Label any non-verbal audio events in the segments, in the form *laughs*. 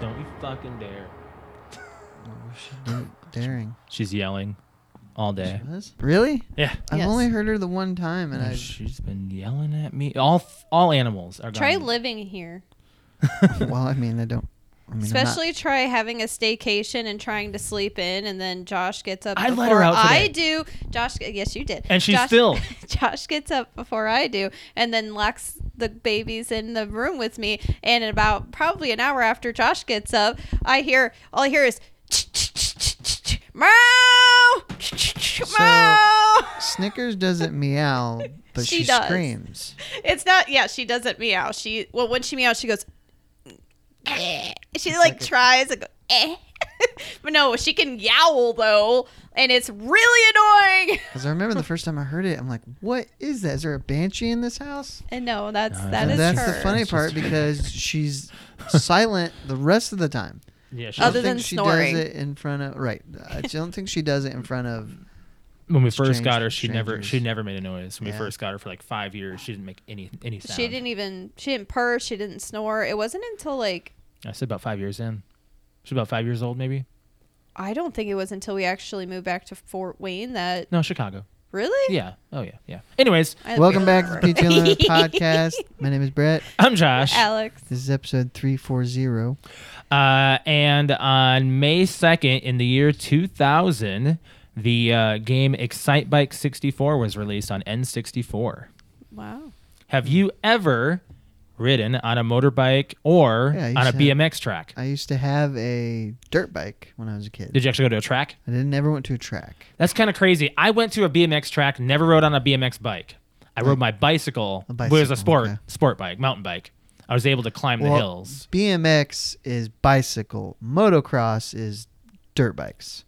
Don't you fucking dare. Dang- *gasps* Daring. She's yelling all day. Really? Yeah. I've Yes. only heard her the one time, and I. *laughs* She's been yelling at me. All f- all animals are Try gone. living here. well, I mean, I don't. I mean, I'm not- Especially try having a staycation and trying to sleep in, and then Josh gets up. I before let her out today. I do. Josh, yes, you did. And she's Josh, still- *laughs* Josh gets up before I do, and then locks the babies in the room with me. And in about probably an hour after Josh gets up, I hear all I hear is meow, meow. Snickers doesn't *laughs* meow, but She she, does. screams. It's not. Yeah, she doesn't meow. She well, when she meows, she goes. "Eh." She like, tries and go. *laughs* Eh. but no, she can yowl though, and it's really annoying. *laughs* Because I remember the first time I heard it, I'm like, "What is that? Is there a banshee in this house?" And no, that's No, that And is that's her. the funny It's part just- because she's silent the rest of the time. Yeah, she I don't Other than think she snoring. does it in front of right. I don't think she does it in front of. *laughs* when we first Strange got her, she never strangers. she never made a noise. When we Yeah. first got her for like five years, she didn't make any any sound. She didn't even she didn't purr. She didn't snore. It wasn't until like I said about five years in. She's about five years old, maybe. I don't think it was until we actually moved back to Fort Wayne that No, Chicago. really. Yeah. Oh yeah. Yeah. Anyways, I don't Welcome back to the remember. *laughs* PTO Unlimited podcast. My name is Brett. I'm Josh, uh, Alex. This is episode three four zero. Uh, and on May second in the year 2000, the uh, game Excite Bike 64 was released on N64. Wow. Have you ever ridden on a motorbike or Yeah, I on a used to have- BMX track? I used to have a dirt bike when I was a kid. Did you actually go to a track? I didn't ever went to a track. That's kind of crazy. I went to a BMX track, never rode on a BMX bike. I rode my bicycle, A which was a bicycle, sport okay. sport bike, mountain bike. I was able to climb the Well, hills. BMX is bicycle. Motocross is dirt bikes.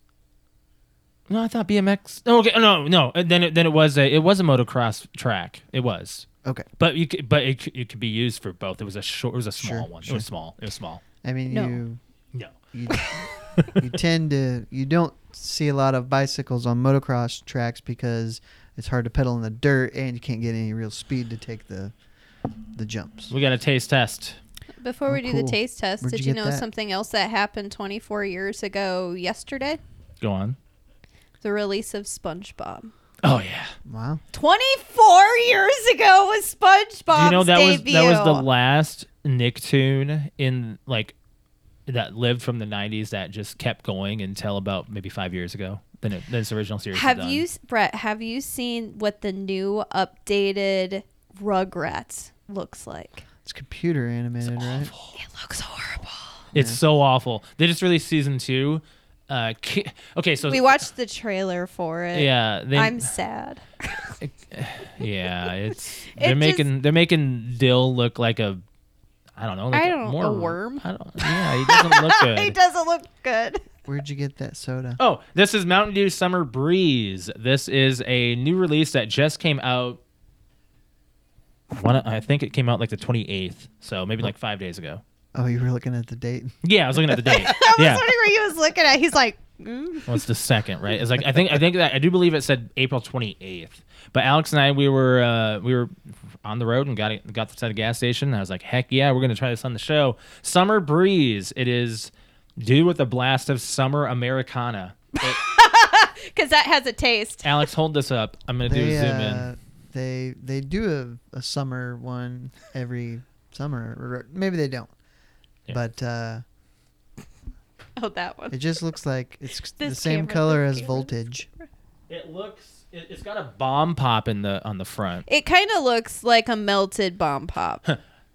No, I thought BMX. No, oh, okay, no, no. And Then it, then it was a it was a motocross track. It was, Okay. but you could, but it, c- it could be used for both. It was a short. It was a small Sure, one. It sure. was small. It was small. I mean, No. you No. you, you tend to you don't see a lot of bicycles on motocross tracks because it's hard to pedal in the dirt and you can't get any real speed to take the the jumps. We got a taste test. Before Oh, we do the cool. taste test, Where'd did you you get know that? something else that happened 24 years ago yesterday? Go on. the release of SpongeBob. Oh yeah. Wow. 24 years ago was SpongeBob's Do you know that debut. was that was the last Nicktoon in like that lived from the '90s that just kept going until about maybe five years ago. Then it, then its original series. was have done. you, Brett? Have you seen what the new updated Rugrats looks like? It's computer animated, right? It looks horrible. It's so awful. They just released season two. Uh, ki- okay, so We watched the trailer for it. Yeah, they, I'm sad. *sighs* yeah. It's *laughs* It they're just- making they're making Dill look like a I don't know. Like I a- don't know, more a worm? I don't. Yeah, he doesn't *laughs* look good. it doesn't look good. Where'd you get that soda? Oh, this is Mountain Dew Summer Breeze. This is a new release that just came out. One, I think it came out like the 28th, so maybe like five days ago. Oh, you were looking at the date. Yeah, I was looking at the date. *laughs* I was yeah, wondering what he was looking at. He's like, mm. well, it's the second, right? It's like I think I think that I do believe it said April 28th. But Alex and I, we were uh, we were on the road and got it, got to the gas station. And I was like, heck yeah, we're gonna try this on the show. Summer Breeze. It is due with a blast of summer Americana. It- because that has a taste. Alex, hold this up. I'm gonna do They, a zoom in. uh, they they do a, a summer one every summer, or maybe they don't. Yeah. But uh, Oh, that one. it just looks like it's the This same camera, color this *laughs* as camera, this Voltage. It looks. It, it's got a bomb pop in the on the front. It kind of looks like a melted bomb pop.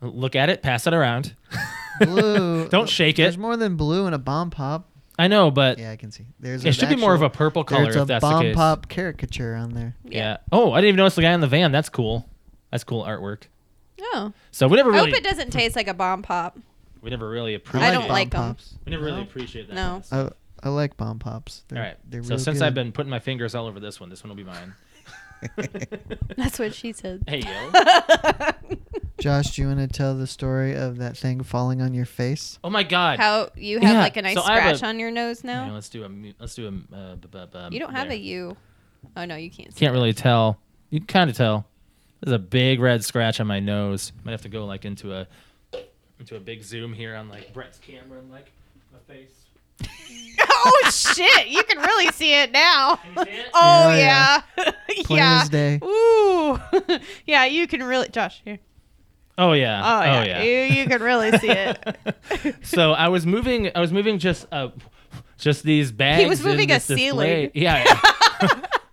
Look at it. Pass it around. Blue. *laughs* Don't shake There's it. more than blue in a bomb pop. I know, but Yeah, I can see. There's an it should be more of actual- a purple color There's a if that's bomb the case. pop caricature on there. *laughs* Yeah. Oh, I didn't even notice the guy in the van. That's cool. That's cool artwork. Oh. So we never I hope really, it doesn't taste like a bomb pop. we never really I appreciate. don't bomb like 'em. pops. We never really No? appreciate that. No. I, I like bomb pops. They're, All right. They're So real since good. I've been putting my fingers all over this one, this one will be *laughs* mine. *laughs* That's what she said. Hey *laughs* yo. Josh, do you want to tell the story of that thing falling on your face? Oh my god. How you have Yeah, like a nice so I have scratch a- on your nose All right, now? let's do a mu- let's do a. Uh, b- b- b- You don't have there. a U. Oh no, you can't. See. Can't really tell. You can kind of tell. There's a big red scratch on my nose. Might have to go like into a into a big zoom here on like Brett's camera and like my face. *laughs* oh shit! You can really see it now. Can you see it? *laughs* Oh Oh, yeah, *laughs* yeah. Plain yeah. as day. Ooh, *laughs* yeah. You can really, Josh. Here. Oh yeah. Oh yeah. You, you can really see it. so I was moving. I was moving just uh, just these bags. was in moving a this display. ceiling. *laughs* Yeah. *laughs*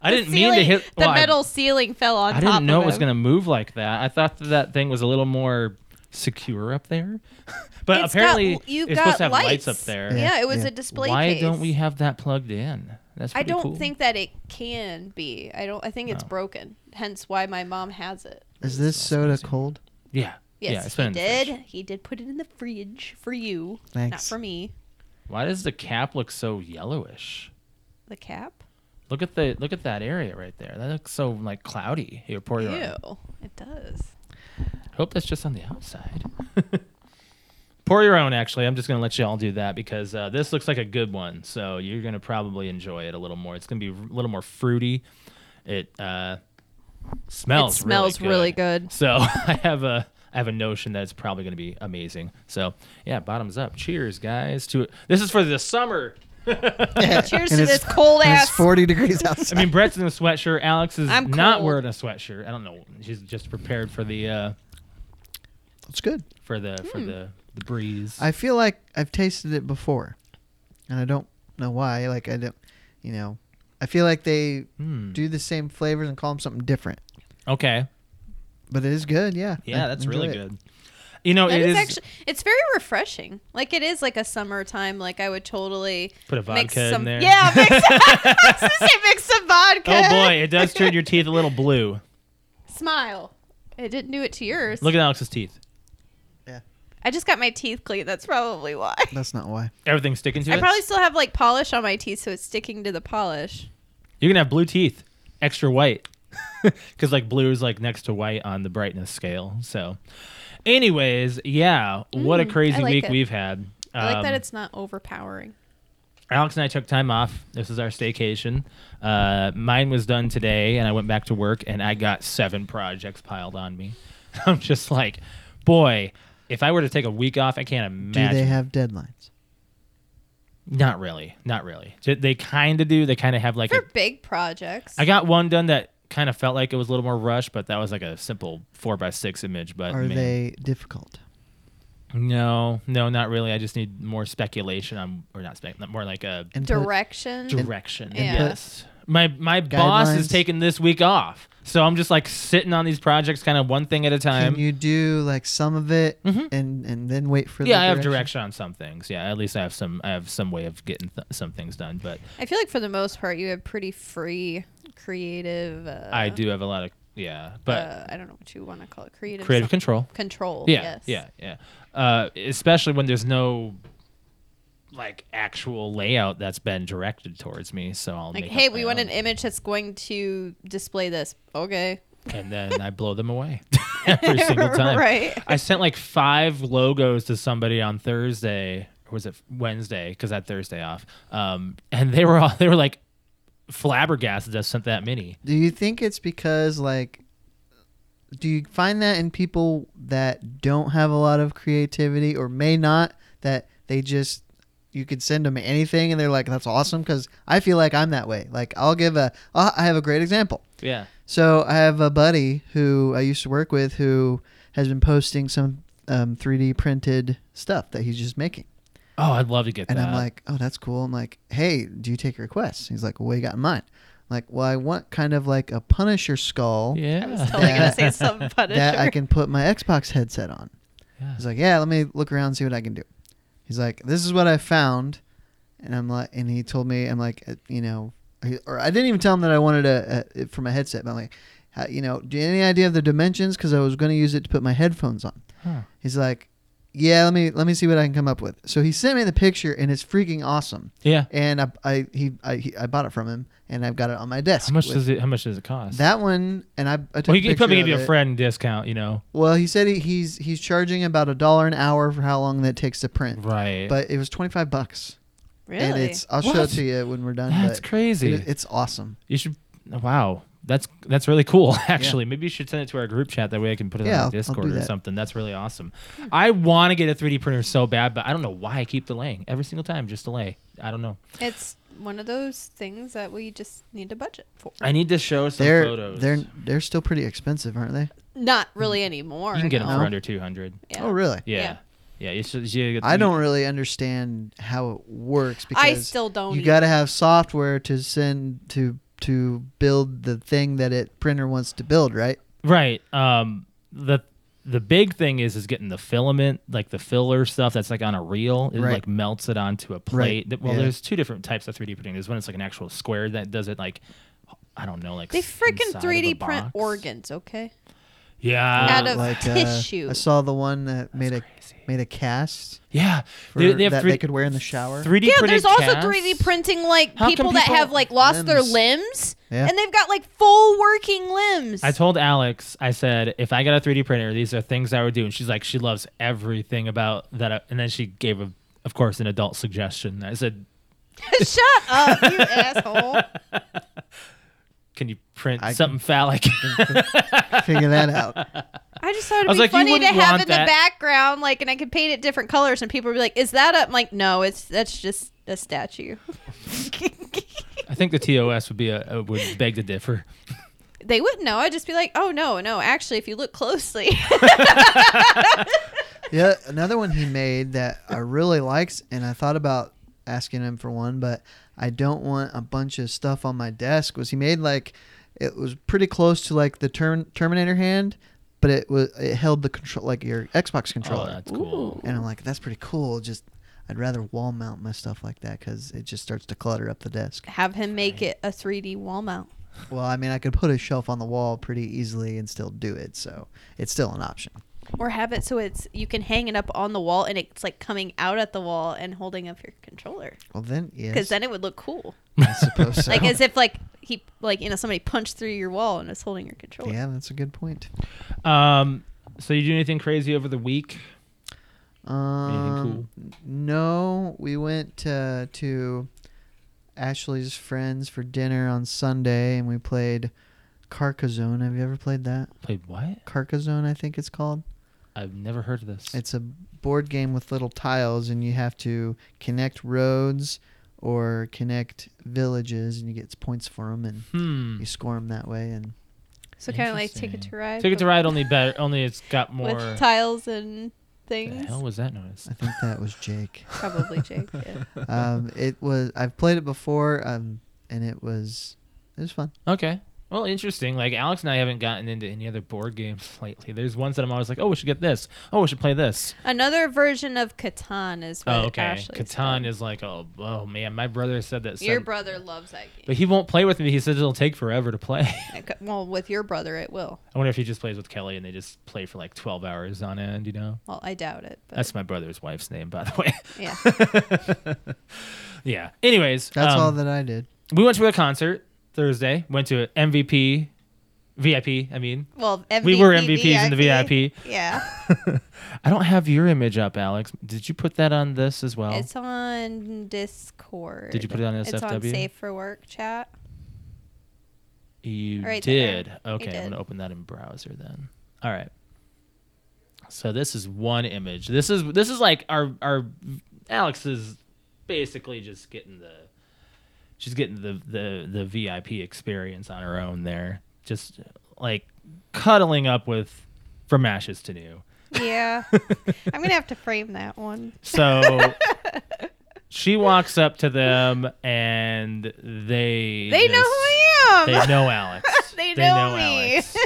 I *laughs* didn't mean to Ceiling- hit the well, I- metal ceiling fell on I, top. didn't know of it was him. gonna move like that. I thought that, that thing was a little more secure up there, *laughs* but It's got- apparently you've it's supposed got to have lights. lights. up there. Yeah, it was Yeah. a display Why case. don't we have that plugged in? That's I pretty don't cool. think that it can be. I don't. I think it's broken. Hence why my mom has it. Is this soda cold? Yeah. Yes, yeah, it's he been in the fridge. did. He did put it in the fridge for you, not Thanks. for me. Why does the cap look so yellowish? The cap. Look at the look at that area right there. That looks so like cloudy. Here, pour Ew, your own. it does. Hope that's just on the outside. *laughs* Pour your own, actually. I'm just going to let you all do that because uh, this looks like a good one. So you're going to probably enjoy it a little more. It's going to be a little more fruity. It uh, smells. It smells really good. So *laughs* I have a I have a notion that it's probably going to be amazing. So yeah, bottoms up. Cheers, guys. To this is for the summer. *laughs* Cheers *laughs* And to it's- this cold and ass. It's 40 degrees I outside. mean, Brett's in a sweatshirt. Alex is I'm not cold. wearing a sweatshirt. I don't know. She's just prepared for the uh, it's good. for the for Hmm. the the breeze. I feel like I've tasted it before, and I don't know why. Like I don't, you know, I feel like they Hmm. do the same flavors and call them something different. Okay. But it is good, yeah. Yeah, I that's enjoy really it. good. You know, That Oh, it is is. actually, it's very refreshing. Like it is like a summertime. Like I would totally put a mix vodka some. in there. Yeah, *laughs* mix. *laughs* I was gonna say mix some vodka. Oh boy, it does turn your teeth a little blue. *laughs* Smile. I didn't do it to yours. Look at Alex's teeth. I just got my teeth clean. That's probably why. That's not why. Everything's sticking to I it. probably still have like polish on my teeth, so it's sticking to the polish. You're gonna have blue teeth, extra white, *laughs* because like blue is like next to white on the brightness scale. So, anyways, yeah, what a Mm, crazy I like week it. we've had. I like that Um, it's not overpowering. Alex and I took time off. This is our staycation. Uh, mine was done today, and I went back to work, and I got seven projects piled on me. *laughs* I'm just like, boy, if I were to take a week off, I can't Do imagine. they have deadlines? not really, not really. J- They kind of do. They kind of have like. For A, big projects. I got one done that kind of felt like it was a little more rushed, but that was like a simple four by six image. But Are man. they difficult? No, no, not really. I just need more speculation on, or not spec, more like a And put- Direction. direction. Yeah. Yes. My my boss is Guidelines. taking this week off. So I'm just like sitting on these projects kind of one thing at a time. Can you do like some of it Mhm. Mm-hmm. and and then wait for? yeah, the I have direction on some things. Yeah, at least I have some I have some way of getting th- some things done, but I feel like for the most part, you have pretty free, creative. Uh, I do have a lot of yeah, but uh, I don't know what you want to call it. Creative. creative some- control. control. Yeah, yes. yeah, yeah. Uh, especially when there's no like actual layout that's been directed towards me, so I'll Like, make hey, up we my want own. an *laughs* image that's going to display this. Okay. and then I blow them away *laughs* every *laughs* single time. Right. I sent like five logos to somebody on Thursday, or was it Wednesday? Because I had Thursday off, um, and they were all they were like flabbergasted. I sent that many. Do you think it's because like? Do you find that in people that don't have a lot of creativity or may not that they just you could send them anything and they're like that's awesome because I feel like I'm that way. Like I'll give a I I have a great example. Yeah, So I have a buddy who I used to work with who has been posting some um, 3D printed stuff that he's just making. Oh, I'd love to get And that. I'm like, oh, that's cool. I'm like, hey, do you take requests? He's like, well, what you got in mind? I'm like, well, I want kind of like a Punisher skull *laughs* I was Yeah. totally gonna That- say something Punisher. that I can put my Xbox headset on. Yeah. He's like, yeah, let me look around and see what I can do. He's like, this is what I found, and I'm like, and he told me, I'm like, uh, you know, he- or I didn't even tell him that I wanted a, a it for my headset, but I'm like, how, you know, do you have any idea of the dimensions? Because I was going to use it to put my headphones on. Huh. He's like, yeah, let me let me see what I can come up with. So he sent me the picture, and it's freaking awesome. Yeah. And I I he I, he, I bought it from him, and I've got it on my desk. How much with- does it? How much does it cost? that one? And I, I took well, a he, he probably picture gave you of a it. friend discount, you know. Well, he said he, he's he's charging about a dollar an hour for how long that takes to print, Right. but it was twenty five bucks, really? and it's I'll show What? it to you when we're done. that's but crazy. it- it's awesome. you should. Wow. That's that's really cool. *laughs* Actually, maybe you should send it to our group chat. That way, I can put it on Yeah, I'll- I'll the Discord do or that. something. That's really awesome. I want to get a 3D printer so bad, but I don't know why I keep delaying every single time. Just delay. I don't know. It's one of those things that we just need a budget for. I need to show some they're photos. they're they're still pretty expensive, aren't they? Not really anymore. you can get them no. for under 200. Yeah. Oh, really? Yeah. Yeah. you should, you get- I don't really understand how it works because I still don't. you either. got to have software to send to to build the thing that it printer wants to build, right? Right. Um. The the big thing is is getting the filament, like the filler stuff that's like on a reel. It Right. like melts it onto a plate. That- Well, Yeah. there's two different types of 3D printing. There's one that's like an actual square that does it like. I don't know, like They s- freaking inside of a 3D print box. organs, okay? Yeah, Out of like uh, tissue. I saw the one that made a Um, crazy. made *laughs* a cast yeah. for, that they could wear in the shower. 3D Yeah, printed there's also casts. 3D printing like How come people, that people- have like lost their Limbs. limbs Yeah. and they've got like full working limbs. I *laughs* told Alex, I said, if I got a 3D printer, these are things I would do. And she's like, she loves everything about that. I-" And then she gave, a, of course, an adult suggestion. I said, Shut up, you asshole. can you print I something phallic? Figure that out. I just thought I it'd was be like, you funny to wouldn't have want in that. the background, like, and I could paint it different colors, and people would be like, "Is that up?" I'm like, no, it's that's just a statue. *laughs* I think the TOS would be a, a- would beg to *laughs* differ. they wouldn't know. I'd just be like, "Oh no, no, actually, if you look closely, *laughs* Yeah, another one he made that I really likes, and I thought about asking him for one, but I don't want a bunch of stuff on my desk. Was he made like it was pretty close to like the term, Terminator hand, but it was it held the control like your Xbox Oh, controller, that's cool. and I'm like, that's pretty cool. Just I'd rather wall mount my stuff like that because it just starts to clutter up the desk. have him make it a 3D wall mount." Well, I mean, I could put a shelf on the wall pretty easily and still do it, so it's still an option. Or have it so it's you can hang it up on the wall and it's like coming out at the wall and holding up your controller Well, then because yes, then it would look cool, *laughs* I suppose so. like as if like he like you know somebody punched through your wall and is holding your controller. *laughs* yeah, that's a good point. Um, so you do anything crazy over the week? Um, No, we went uh, to Ashley's friends for dinner on Sunday, and we played Carcassonne. Have you ever played that? Played what? Carcassonne, I think it's called. I've never heard of this. It's a board game with little tiles, and you have to connect roads or connect villages, and you get points for them, and hmm. you score them that way. And So kind of like take it Interesting. to ride. Ticket to but Ride only better. Only it's got more. with tiles and the things. hell was that noise? I think that was *laughs* Jake. Probably Jake. Yeah. um, it was. I've played it before, um, and it was it was fun. Okay. Well, interesting. Like Alex and I haven't gotten into any other board games *laughs* lately. There's ones that I'm always like, oh, we should get this. Oh, we should play this. Another version of Catan is what oh, okay. Ashley's Catan done. is like, oh, oh man, my brother said that. Your some- brother loves that game. but he won't play with me. He says it'll take forever to play. Okay, Well, with your brother, it will. I wonder if he just plays with Kelly and they just play for like 12 hours on end. You know, Well, I doubt it. But that's my brother's wife's name, by the way. yeah. *laughs* yeah. Anyways, That's um, all that I did. we went to a concert Thursday. Went to an MVP, VIP. I *laughs* mean, Well, MVP, we were MVPs in the VIP. Yeah, I don't have your image up, Alex. Did you put that on this as well? it's on Discord. Oh. Did you put it on It's on SFW? Safe for Work chat. you right there. did. You Okay, I'm did. gonna open that in browser then. All right. So this is one image. This is this is like our our Alex is basically just getting the she's getting the the the VIP experience on her own there. Just like cuddling up with from ashes to *laughs* new. *laughs* Yeah, I'm gonna have to frame that one. So she walks up to them and they They know just- who I them. They know Alex. They know me. Alex.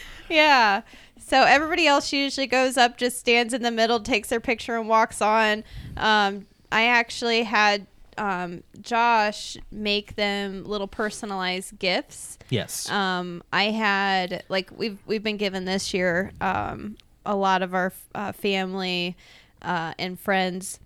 *laughs* yeah. So everybody else usually goes up, just stands in the middle, takes their picture, and walks on. Um, I actually had um, Josh make them little personalized gifts. Yes. Um, I had like we've we've been given this year um, a lot of our uh, family uh, and friends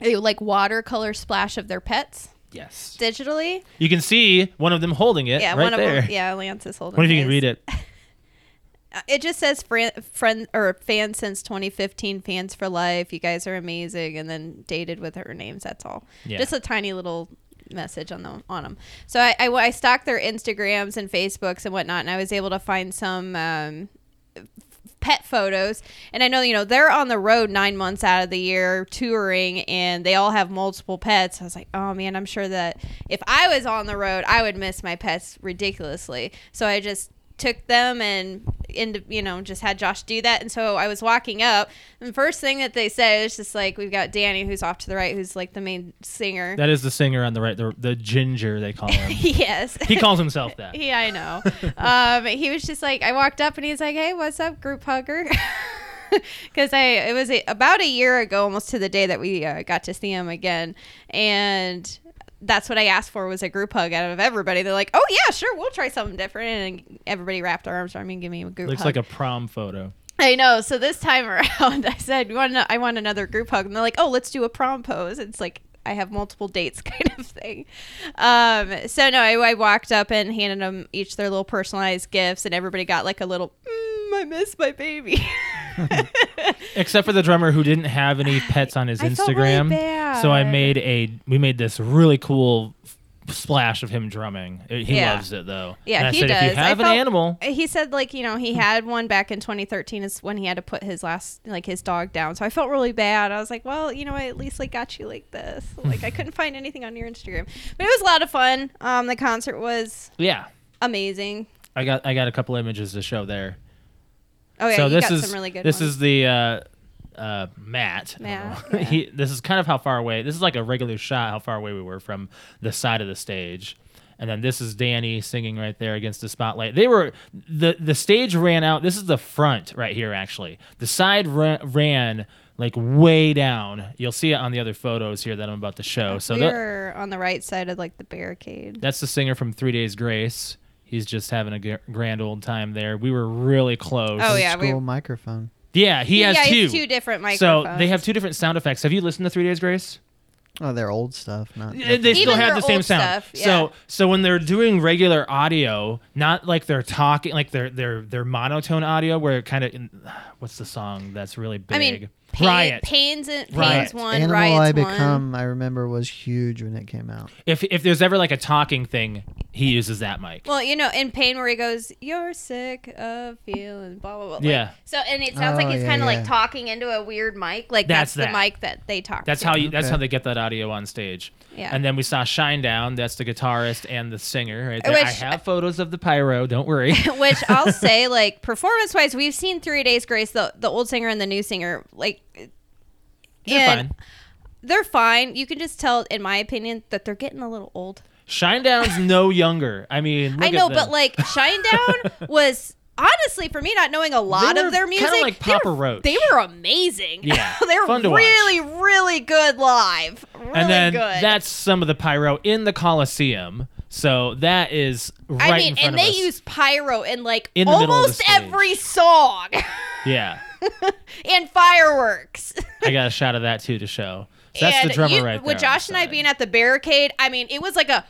eh, like watercolor splash of their pets yes. digitally. You can see one of them holding it Yeah, right one of there. them. Yeah, Lance is holding. What if you can his. read it? Uh, it just says friend, friend or fan since 2015 fans for life you guys are amazing and then dated with her names that's all Yeah. just a tiny little message on the on them so I, I I stalked their instagrams and facebooks and whatnot and i was able to find some um pet photos and i know you know they're on the road nine months out of the year touring and they all have multiple pets i was like oh man i'm sure that if i was on the road i would miss my pets ridiculously so i just took them and into you know just had josh do that and so i was walking up and first thing that they said is just like we've got danny who's off to the right who's like the main singer That is the singer on the right, the, the ginger they call him. *laughs* yes *laughs* he calls himself that. yeah, I know. um, *laughs* he was just like, I walked up and he's like, "Hey, what's up, group hugger?" *laughs* Because I it was a, about a year ago, almost to the day that we uh, got to see him again, and that's what I asked for was a group hug out of everybody. They're like, "Oh yeah, sure, we'll try something different," and everybody wrapped their arms around me and gave me a group Looks like hug. a prom photo. I know. So this time *laughs* around, I said, "You want ano- I want another group hug," and they're like, "Oh, let's do a prom pose." It's like I have multiple dates, *laughs* kind of thing. Um, so no, I, I walked up and handed them each their little personalized gifts, and everybody got like a little. Mm, I miss my baby. *laughs* Except for the drummer who didn't have *sighs* any pets on his I felt really Instagram. bad. So I made a we made this really cool f- splash of him drumming. Uh, He Yeah. loves it though. Yeah, and I he said, If does. you I have an felt- animal, he said, like you know, he had one back in 2013. Is when he had to put his last, like his dog down. So I felt really bad. I was like, well, you know, I at least like got you like this. Like I couldn't find anything on your Instagram, but it was a lot of fun. Um, the concert was yeah, amazing. I got I got a couple images to show there. Oh yeah, so you this got is some really good this ones. is the uh, uh, Matt. Matt, *laughs* he, this is kind of how far away. This is like a regular shot. How far away we were from the side of the stage. And then this is Danny singing right there against the spotlight. They were the the stage ran out. This is the front right here actually. The side ra- ran like way down. You'll see it on the other photos here that I'm about to show. oh, So we that, were on the right side of like the barricade. that's the singer from Three Days Grace. He's just having a gr- grand old time there. We were really close. Oh, Old yeah, we- school microphone. Yeah, he has yeah, two. it's two different so microphones. they have two different sound effects. Have you listened to Three Days Grace? Oh, they're old stuff. Not They they still Even have their the same old sound. stuff, yeah. So so when they're doing regular audio, not like they're talking, like their their their monotone audio, where it kind of what's the song that's really big? I mean, pain, Riot. Pains and pains Riot. one, Animal I riots one. Become, I remember, was huge when it *sighs* came out. If if there's ever like a talking thing, he uses that mic. Well, you know, in pain where he goes, "You're sick of feeling blah blah blah." like- Yeah. so and it sounds Oh, like he's yeah, kind of yeah. like talking into a weird mic. Like That's that. that's, the mic that they talk. That's to. how you. *laughs* That's Okay. how they get that audio on stage. Yeah. And then we saw Shine Down. That's the guitarist and the singer. Right there. I Which- have photos of the pyro. Don't *laughs* worry. *laughs* Which I'll say, like performance wise, we've seen Three Days Grace, the the old singer and the new singer, like. They're and fine. They're fine. You can just tell, in my opinion, that they're getting a little old. Shine Down's no younger. I mean, look I at know, them. but like *laughs* Shinedown was honestly for me not knowing a lot They were of their kinda music. like they were- Papa Roach. They were amazing. Yeah, *laughs* they were fun to watch. really, really good live. Really and then good. that's some of the pyro in the Coliseum. So that is right I in mean, front and of they us. use pyro in like In the middle of the almost stage. every song *laughs* *laughs* yeah. and fireworks. I got a shot of that too to show. So that's and the drummer you- right there. With on Josh the and I side. being at the barricade, I mean, it was like a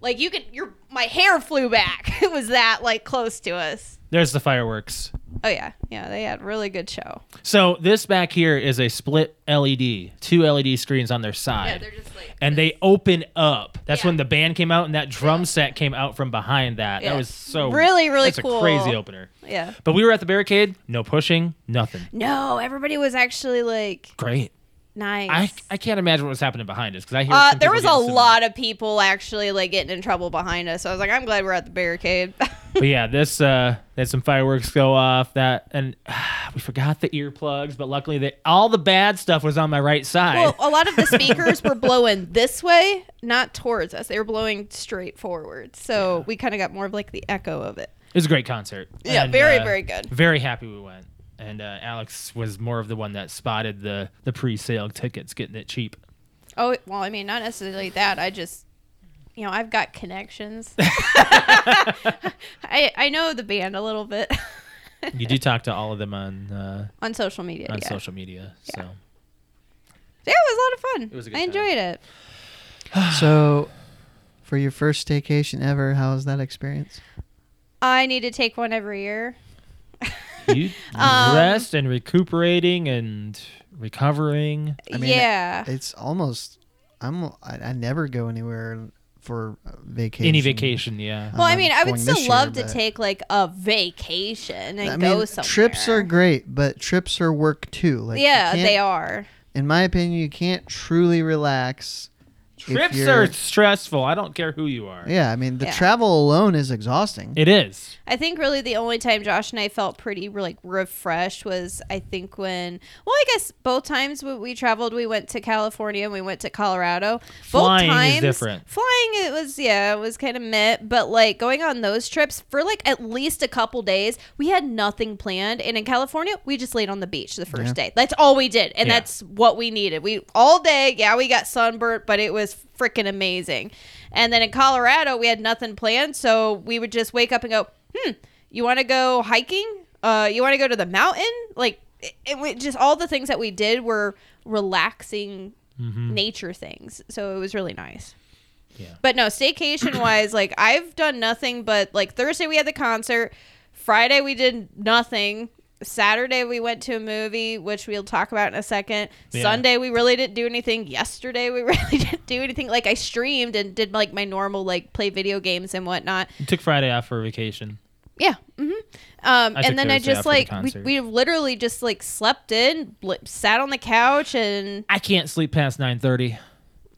like you could your my hair flew back. *laughs* It was that like close to us. there's the fireworks. Oh yeah, yeah, they had a really good show. So this back here is a split LED, two LED screens on their side. just like and they open up. That's Yeah. when the band came out, and that drum set came out from behind that. That Yeah. was so Really, really that's cool. A crazy opener. yeah. But we were at the barricade. No pushing. Nothing. No, everybody was actually like Great. nice. I, I can't imagine what was happening behind us because I hear uh, some there people was a getting some- lot of people actually like getting in trouble behind us. So I was like, I'm glad we're at the barricade. *laughs* But yeah, this uh, had some fireworks go off. That and *sighs* we forgot the earplugs, but luckily they, all the bad stuff was on my right side. Well, a lot of the speakers were blowing this way, not towards us. They were blowing straight forward. So we kind of got more of like the echo of it. It was a great concert. Yeah, And, very, uh, very good. Very happy we went. And uh, Alex was more of the one that spotted the the pre-sale tickets, getting it cheap. Oh, well, I mean, not necessarily that. I just, you know, I've *laughs* got connections. *laughs* I, I know the band a little bit *laughs* You do talk to all of them on uh, on social media. on yeah. social media, so Yeah, it was a lot of fun. It was a good I time. enjoyed it. so, for your first staycation ever, how was that experience? I need to take one every year. you *laughs* Um, rest and recuperating and recovering. I mean, yeah. It's almost. I'm. I, I never go anywhere for vacation. Any vacation, yeah. well, I I'm mean, not I would going still this year, love to but- take like a vacation and I go mean, somewhere. trips are great, but trips are work too. Like you yeah, can't- they are. In my opinion, you can't truly relax. if Trips you're- are stressful. I don't care who you are. Yeah, I mean, the Yeah. travel alone is exhausting. It is. I think really the only time Josh and I felt pretty like refreshed was I think when well I guess both times when we traveled we went to California and we went to Colorado. Flying both is times, different. Flying it was yeah it was kind of meh, but like going on those trips for like at least a couple days we had nothing planned and in California we just laid on the beach the first day. That's all we did and Yeah. that's what we needed. We all day yeah we got sunburnt but it was freaking amazing. And then in Colorado we had nothing planned so we would just wake up and go hmm, you want to go hiking? Uh, you want to go to the mountain? Like, it, it, wa- just all the things that we did were relaxing nature things. So it was really nice. Mm-hmm. Yeah. But no, staycation wise, like I've done nothing but like Thursday we had the concert, Friday we did nothing. Saturday we went to a movie, which we'll talk about in a second. Yeah. Sunday we really didn't do anything. Yesterday we *laughs* really didn't do anything. Like I streamed and did like my normal like play video games and whatnot. You took Friday off for vacation. Yeah. hmm Um, I took and then I Thursday just off for the like we, concert. we literally just like slept in, bl- sat on the couch, and I can't sleep past nine thirty.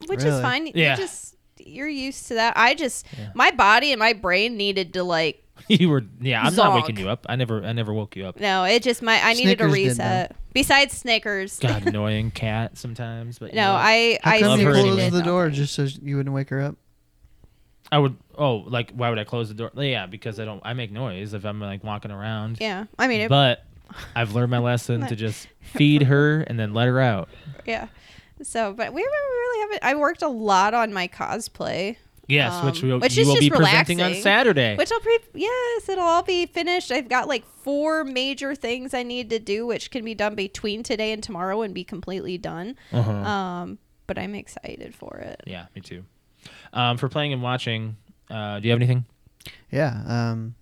which is Really? fine. Yeah. You just you're used to that. I just my body and my brain needed to like *laughs* you were yeah. I'm not Zonk. waking you up. I never I never woke you up. no. It just my I needed a Snickers did, though. reset. Besides Snickers, *laughs* God, annoying cat sometimes. But you no, know. I How I come Love you her seriously anyway. close did the door nothing. just so you wouldn't wake her up? I would. Oh, like why would I close the door? Yeah, because I don't. I make noise if I'm like walking around. Yeah, I mean, it, But I've learned my lesson to *laughs* just feed her and then let her out. yeah. So, but we were really haven't. I worked a lot on my cosplay. Yes, which Um, we which you is will be just presenting on relaxing, Saturday. Which I'll pre yes, it'll all be finished. I've got like four major things I need to do, which can be done between today and tomorrow and be completely done. Uh-huh. Oh. Um, but I'm excited for it. yeah, me too. Um, for playing and watching, uh, do you have anything? Yeah. Um,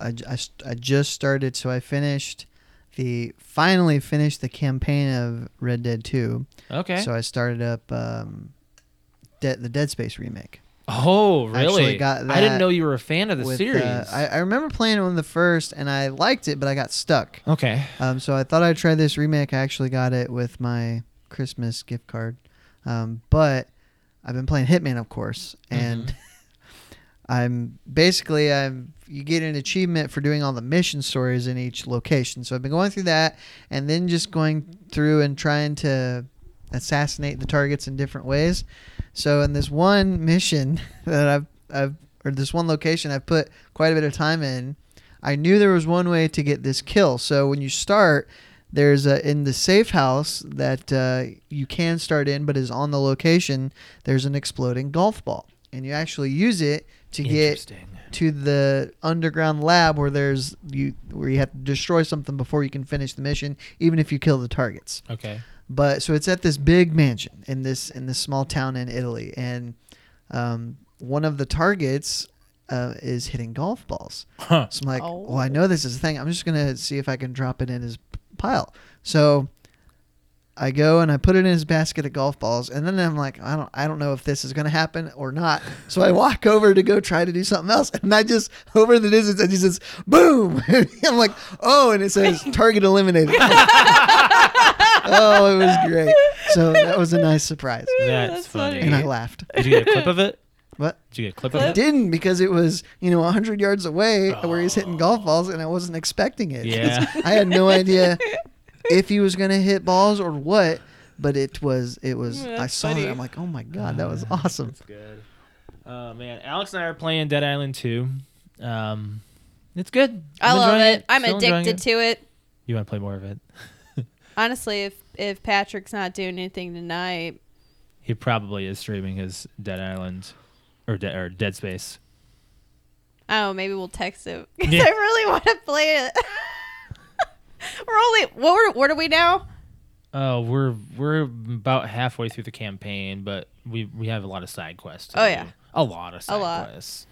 I, j- I st- I just started, so I finished the finally finished the campaign of Red Dead Two. Okay. So I started up um, De- the Dead Space remake. oh, actually really? got I didn't that know you were a fan of the with, series. uh, I, I remember playing one of the first, and I liked it, but I got stuck. okay. Um, so I thought I'd try this remake. I actually got it with my Christmas gift card. Um, but I've been playing Hitman, of course, and *laughs* I'm basically I'm you get an achievement for doing all the mission stories in each location. So I've been going through that, and then just going through and trying to assassinate the targets in different ways. So in this one mission *laughs* that I've I've or this one location I've put quite a bit of time in, I knew there was one way to get this kill. So when you start, there's a in the safe house that uh, you can start in, but is on the location. There's an exploding golf ball, and you actually use it to get Interesting. to the underground lab where there's you where you have to destroy something before you can finish the mission, even if you kill the targets Okay. but so it's at this big mansion in this in this small town in Italy, and um, one of the targets uh, is hitting golf balls. Huh. So I'm like, Oh. well, I know this is a thing. I'm just gonna see if I can drop it in his pile. So I go and I put it in his basket of golf balls, and then I'm like, I don't, I don't know if this is gonna happen or not. So I walk over to go try to do something else, and I just over in the distance, I just says, boom. *laughs* I'm like, oh, and it says target eliminated. *laughs* oh, it was great. So that was a nice surprise, That's, That's funny. funny. and I laughed. Did you get a clip of it? What? Did you get a clip, Clip? of I it? didn't because it was, you know, 100 yards away where he's hitting golf balls and I wasn't expecting it. Yeah. *laughs* I had no idea if he was going to hit balls or what, but it was, it was, Yeah, I that's saw funny. it. I'm like, oh my God, that was awesome. That's good. Oh man, Alex and I are playing Dead Island 2. Um, it's good. I I'm love enjoying it. I'm Still enjoying it. addicted to it. You want to play more of it? Honestly, if if Patrick's not doing anything tonight, He probably is streaming his Dead Island or Dead or Dead Space. oh, maybe we'll text him *laughs* 'Cause Yeah. I really want to play it. *laughs* we're only what were, what are we now? Oh, we're we're about halfway through the campaign, but we we have a lot of side quests. to Oh, do. yeah. a lot of side lot. quests.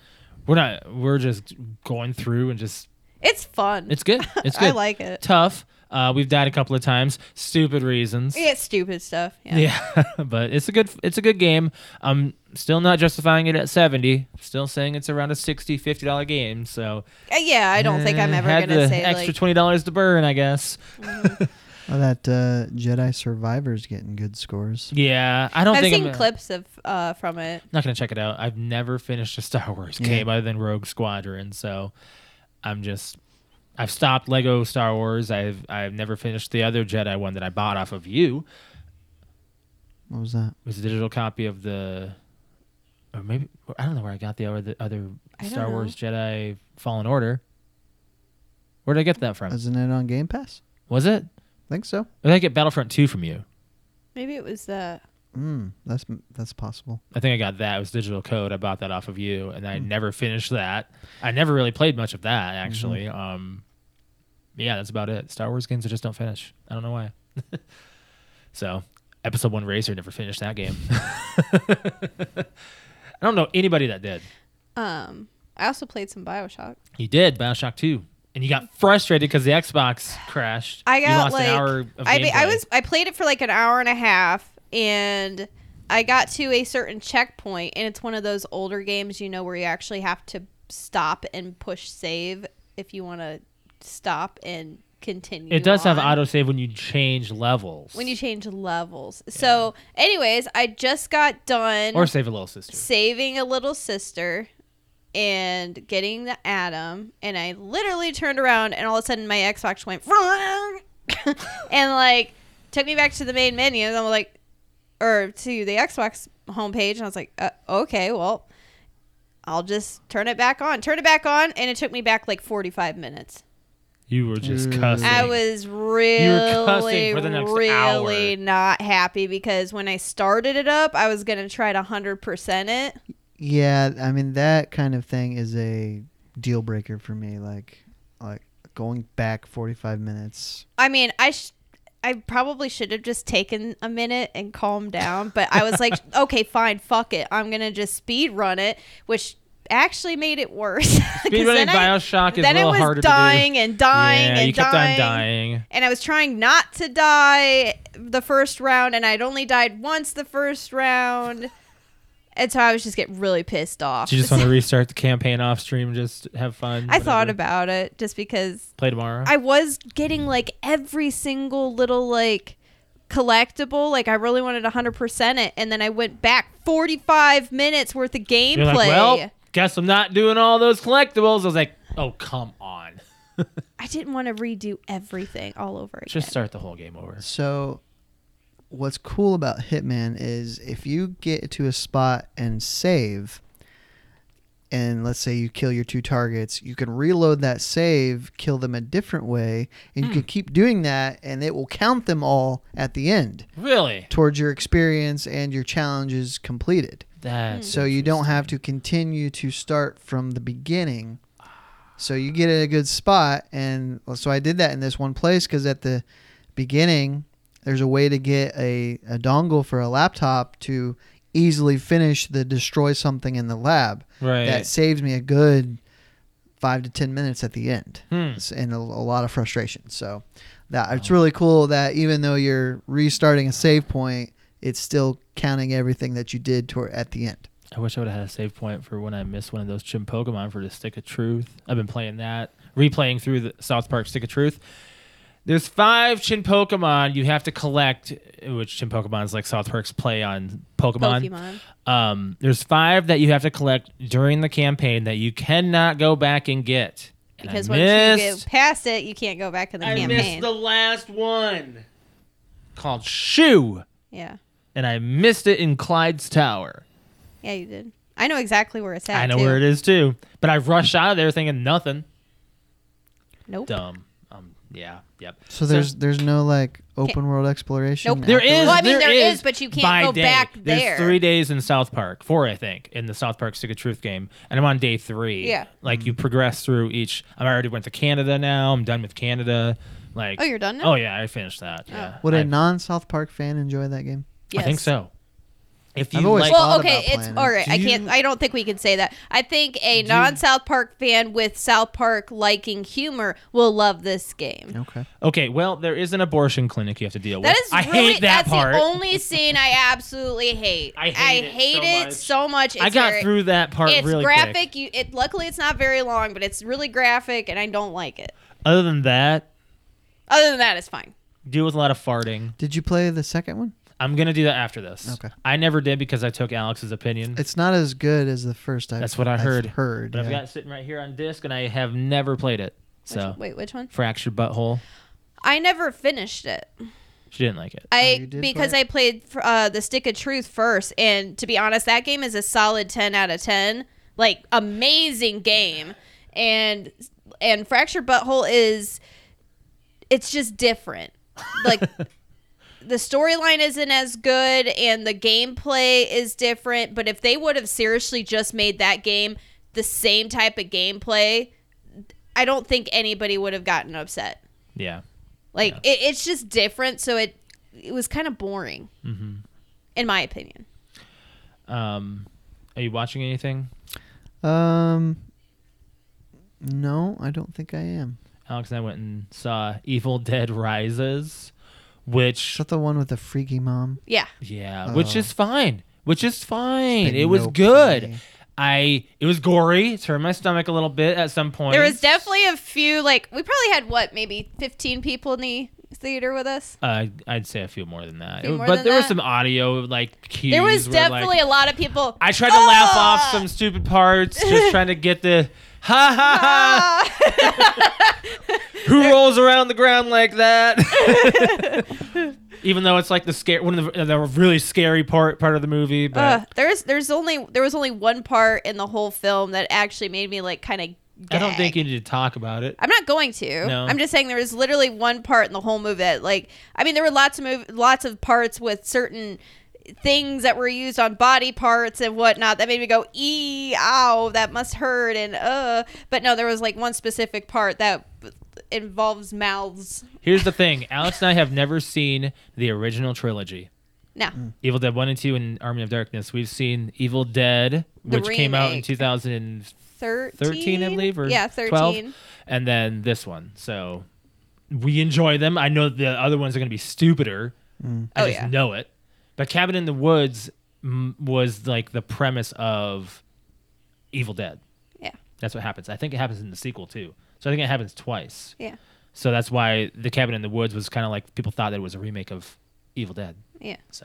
We're not. We're just going through and just. It's fun. *laughs* It's good. It's good. I like it. tough. Uh, we've died a couple of times. Stupid reasons. We get stupid stuff. Yeah. *laughs* Yeah, *laughs* but it's a good it's a good game. I'm still not justifying it at 70. Still saying it's around a 60 50 dollar game. So Uh, yeah, I don't think I'm eh, ever had gonna the say extra like twenty dollars to burn. I guess. *laughs* Well, that uh, Jedi Survivor's getting good scores. Yeah, I don't I've think seen I'm, clips of uh, from it. not gonna check it out. I've never finished a Star Wars Yeah. game other than Rogue Squadron, so I'm just I've stopped Lego Star Wars. I've I've never finished the other Jedi one that I bought off of you. What was that? It was a digital copy of the or maybe I don't know where I got the other other I don't Star know. Wars Jedi Fallen Order. Where did I get that from? Wasn't it on Game Pass? Was it? I think so. Or did I get Battlefront 2 from you? Maybe it was uh, that. Mm, that's that's possible. I think I got that. It was digital code. I bought that off of you, and I never finished that. I never really played much of that, actually. Um, yeah, that's about it. Star Wars games I just don't finish. I don't know why. *laughs* so, Episode One Racer never finished that game. *laughs* I don't know anybody that did. Um, I also played some Bioshock. You did Bioshock Two, and you got frustrated because the Xbox crashed. I you got lost like an hour of I be- I gameplay. was I played it for like an hour and a half and I got to a certain checkpoint and it's one of those older games you know where you actually have to stop and push save if you want to stop and continue. It does have on autosave when you change levels. when you change levels. So, anyways, I just got done or save a little sister. saving a little sister and getting the atom and i literally turned around and all of a sudden my xbox went *laughs* and like took me back to the main menu and i'm like or to the xbox homepage and i was like uh, okay well i'll just turn it back on turn it back on and it took me back like 45 minutes You were just Mm. cussing. I was really, cussing for the next hour. really not happy because when I started it up, I was gonna try to hundred percent it, Yeah, I mean that kind of thing is a deal breaker for me. Like, like going back 45 minutes. I mean, I sh- I probably should have just taken a minute and calmed down, but I *laughs* was like, okay, fine, fuck it. I'm going to just speed run it, which actually made it worse. *laughs* 'Cause Speedrunning then I- Bioshock is then a I little was harder dying to do. and dying yeah, and you kept dying, on dying. And I was trying not to die the first round, and I'd only died once the first round. And so I was just getting really pissed off. Do you just *laughs* want to restart the campaign off stream and just have fun? I thought whatever? about it just because play tomorrow. I was getting like every single little like collectible. Like I really wanted 100% it. And then I went back 45 minutes worth of gameplay. You're like, well, guess I'm not doing all those collectibles. I was like, oh come on, I didn't want to redo everything all over again. just start the whole game over. So, what's cool about Hitman is if you get to a spot and save, and let's say you kill your two targets, you can reload that save, kill them a different way, and you can keep doing that, and it will count them all at the end Really? towards your experience and your challenges completed. That's so you don't have to continue to start from the beginning so you get in a good spot and well, so i did that in this one place because at the beginning there's a way to get a, a dongle for a laptop to easily finish the destroy something in the lab right. that saves me a good five to ten minutes at the end Hmm. It's- and a, a lot of frustration so that it's really cool that even though you're restarting a save point it's still counting everything that you did toward at the end I wish I would have had a save point for when I missed one of those Chim Pokemon for the Stick of Truth. I've been playing that, replaying through the South Park Stick of Truth. There's five Chin Pokemon you have to collect, which Chin Pokemon is like South Park's play on Pokemon. Um, there's five that you have to collect during the campaign that you cannot go back and get. And Because I once you missed, get past it, you can't go back to the I missed campaign. the last one called Shoe, yeah, and I missed it in Clyde's Tower. yeah, you did. I know exactly where it's at. I know too. where it is too, but I rushed out of there thinking nothing. Nope. Dumb. Um, yeah. Yep. So there's there's no like open world exploration. Nope. There after- is. Well, I mean, there there is, is, but you can't by go day. back there. There's three days in South Park, four I think, in the South Park Stick of Truth game, and I'm on day three. Yeah. like you progress through each. I already went to Canada now. I'm done with Canada. Like, Oh, you're done now? Oh yeah, I finished that. Yeah, Would I, a non South Park fan enjoy that game? I think so. If you I've always like, thought- well, about okay, it's playing it. all right. Do I can't. you- I don't think we can say that. I think a non South Park fan with South Park liking humor will love this game. Okay. okay, well, there is an abortion clinic you have to deal That with. is I really, hate that that's part. the only scene I absolutely hate. *laughs* I hate it so much. so much. I It's got very- through that part It's really quick. graphic. You it luckily it's not very long, but it's really graphic, and I don't like it. Other than that, Other than that, it's fine. deal with a lot of farting. Did you play the second one? I'm gonna do that after this. Okay. I never did because I took Alex's opinion. It's not as good as the first. I've, That's what I I've heard. heard. but I've yeah. got it sitting right here on disc, and I have never played it. Which- So wait, which one? fractured butthole. I never finished it. She didn't like it. I Oh, you did because play I played uh, the Stick of Truth first, and to be honest, that game is a solid ten out of ten, like amazing game, and and Fractured Butthole is, it's just different, *laughs* like. The storyline isn't as good and the gameplay is different, but if they would have seriously just made that game the same type of gameplay, I don't think anybody would have gotten upset. Yeah. Like it, it's just different, so it it was kind of boring, Mm-hmm. in my opinion. Um, are you watching anything? Um. No, I don't think I am. Alex and I went and saw Evil Dead Rises, which Is that the one with the freaky mom? Yeah, yeah, which Oh. is fine. Which is fine. been It was no good. play. I it was gory. It turned my stomach a little bit at some point. there was definitely a few. Like we probably had what maybe fifteen people in the theater with us. Uh, I'd say a few more than that. Few more but than there was that? some audio like cues. There was where, like, definitely a lot of people. *laughs* I *laughs* tried to laugh off Ah! some stupid parts, just trying to get the *laughs* ha ha ha. *laughs* Ah! Who rolls around the ground like that? *laughs* Even though it's like the scare one of the, the really scary part part of the movie, but Ugh. there's there's only Uh, there was only one part in the whole film that actually made me like kind of. I don't think you need to talk about it. I'm not going to. No. I'm just saying there was literally one part in the whole movie that, like, I mean, there were lots of mov- lots of parts with certain things that were used on body parts and whatnot that made me go, "Ee, ow, that must hurt," and uh. But no, there was like one specific part that involves mouths. Here's the thing: Alex and I have never seen the original trilogy, No, Evil Dead One and Two and Army of Darkness. We've seen Evil Dead, The which came out in remake. 2013, thirteen. I believe, or yeah, 12, thirteen. and then this one. So we enjoy them. I know the other ones are going to be stupider. I Oh, just yeah. know it. But Cabin in the Woods mm, was like the premise of Evil Dead. Yeah, That's what happens. I think it happens in the sequel too. So I think it happens twice. yeah, So that's why the Cabin in the Woods was kind of like people thought that it was a remake of Evil Dead. yeah. So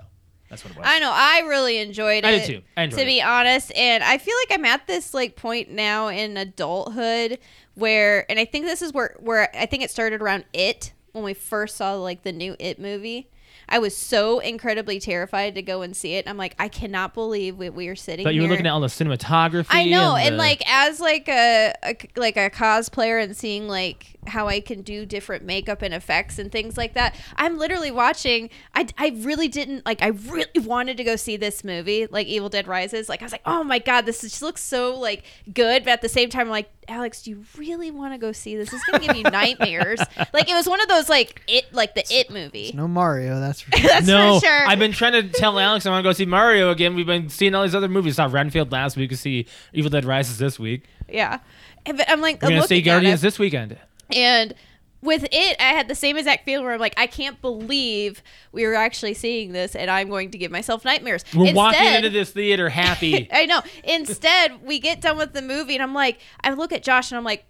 that's what it was. I know. I really enjoyed it. I did too. I enjoyed to it. be honest, and I feel like I'm at this like point now in adulthood where, and I think this is where where I think it started around it when we first saw like the new it movie. I was so incredibly terrified to go and see it. I'm like, I cannot believe we, we are sitting. but you were here. looking at all the cinematography. I know, and, and the- like as like a, a like a cosplayer and seeing like how I can do different makeup and effects and things like that. I'm literally watching. I I really didn't like. I really wanted to go see this movie, like Evil Dead Rises. Like I was like, oh my god, this is- just looks so like good, but at the same time, I'm like Alex, do you really want to go see this? This is *laughs* gonna give you nightmares. Like it was one of those like it like the it movie. No Mario. That's *laughs* for That's no, for sure. I've been trying to tell Alex I want to go see Mario again. We've been seeing all these other movies. Saw Renfield last week. We see Evil Dead Rises this week. yeah. And- But I'm like, We're I'm gonna see looking at it. Guardians this weekend. And with it, I had the same exact feeling where I'm like, I can't believe we were actually seeing this, and I'm going to give myself nightmares. We're walking Instead- into this theater happy. *laughs* I know. Instead, we get done with the movie, and I'm like, I look at Josh, and I'm like,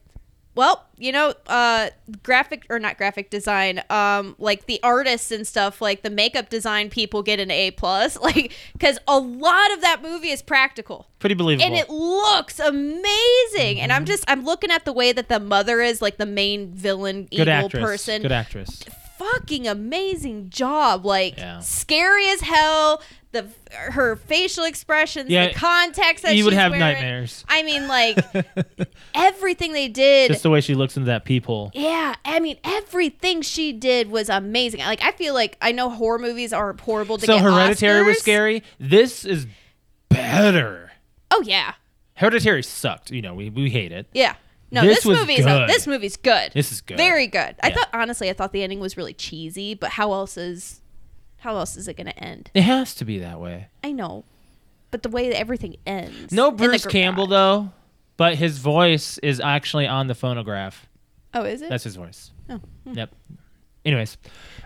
well, you know, uh, graphic or not graphic design, um, like the artists and stuff, like the makeup design people get an A plus, *laughs* like because a lot of that movie is practical Pretty believable. and it looks amazing. And Mm-hmm. I'm just I'm looking at the way that the mother is, like the main villain, Good evil actress. person, Good actress. fucking amazing job. Like Yeah. scary as hell. The her facial expressions, Yeah, the contacts that you would she's have wearing. nightmares. I *laughs* mean, like everything they did. Just the way she looks into that peephole. yeah, I mean everything she did was amazing. Like I feel like I know horror movies are horrible to So get Hereditary was Oscars. scary. This is better. Oh yeah, Hereditary sucked. You know, we, we hate it. yeah. No, This this, was movie is a, good. this movie's good. This is good. Very good. I Yeah. thought honestly, I thought the ending was really cheesy, but how else is how else is it going to end? It has to be that way. I know, but the way that everything ends. No in the Bruce garage- Campbell though, but his voice is actually on the phonograph. Oh, is it? That's his voice. Oh. Yep. Anyways,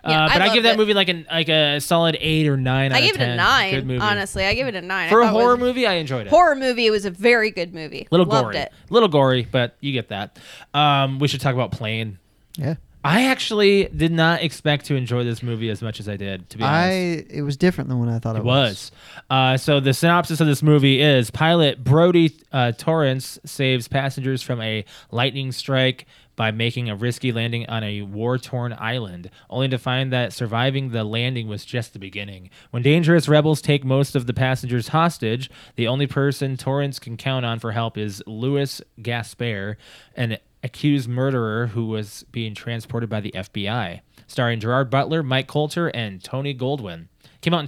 Yeah, uh, I but I, give loved that it. movie like an like a solid eight or nine. I out of gave it 10. Good a nine. movie. Honestly, I gave it a nine. for I a thought it horror was- movie, I enjoyed it. Horror movie, it was a very good movie. little Loved gory, it. little gory, but you get that. Um, we should talk about plane. Yeah. I actually did not expect to enjoy this movie as much as I did. To be honest, I it was different than what I thought it, It was. Uh, so the synopsis of this movie is: pilot Brody uh, Torrance saves passengers from a lightning strike by making a risky landing on a war-torn island, only to find that surviving the landing was just the beginning. When dangerous rebels take most of the passengers hostage, the only person Torrance can count on for help is Louis Gasper, an accused murderer who was being transported by the FBI. Starring Gerard Butler, Mike Coulter, and Tony Goldwyn. Came out in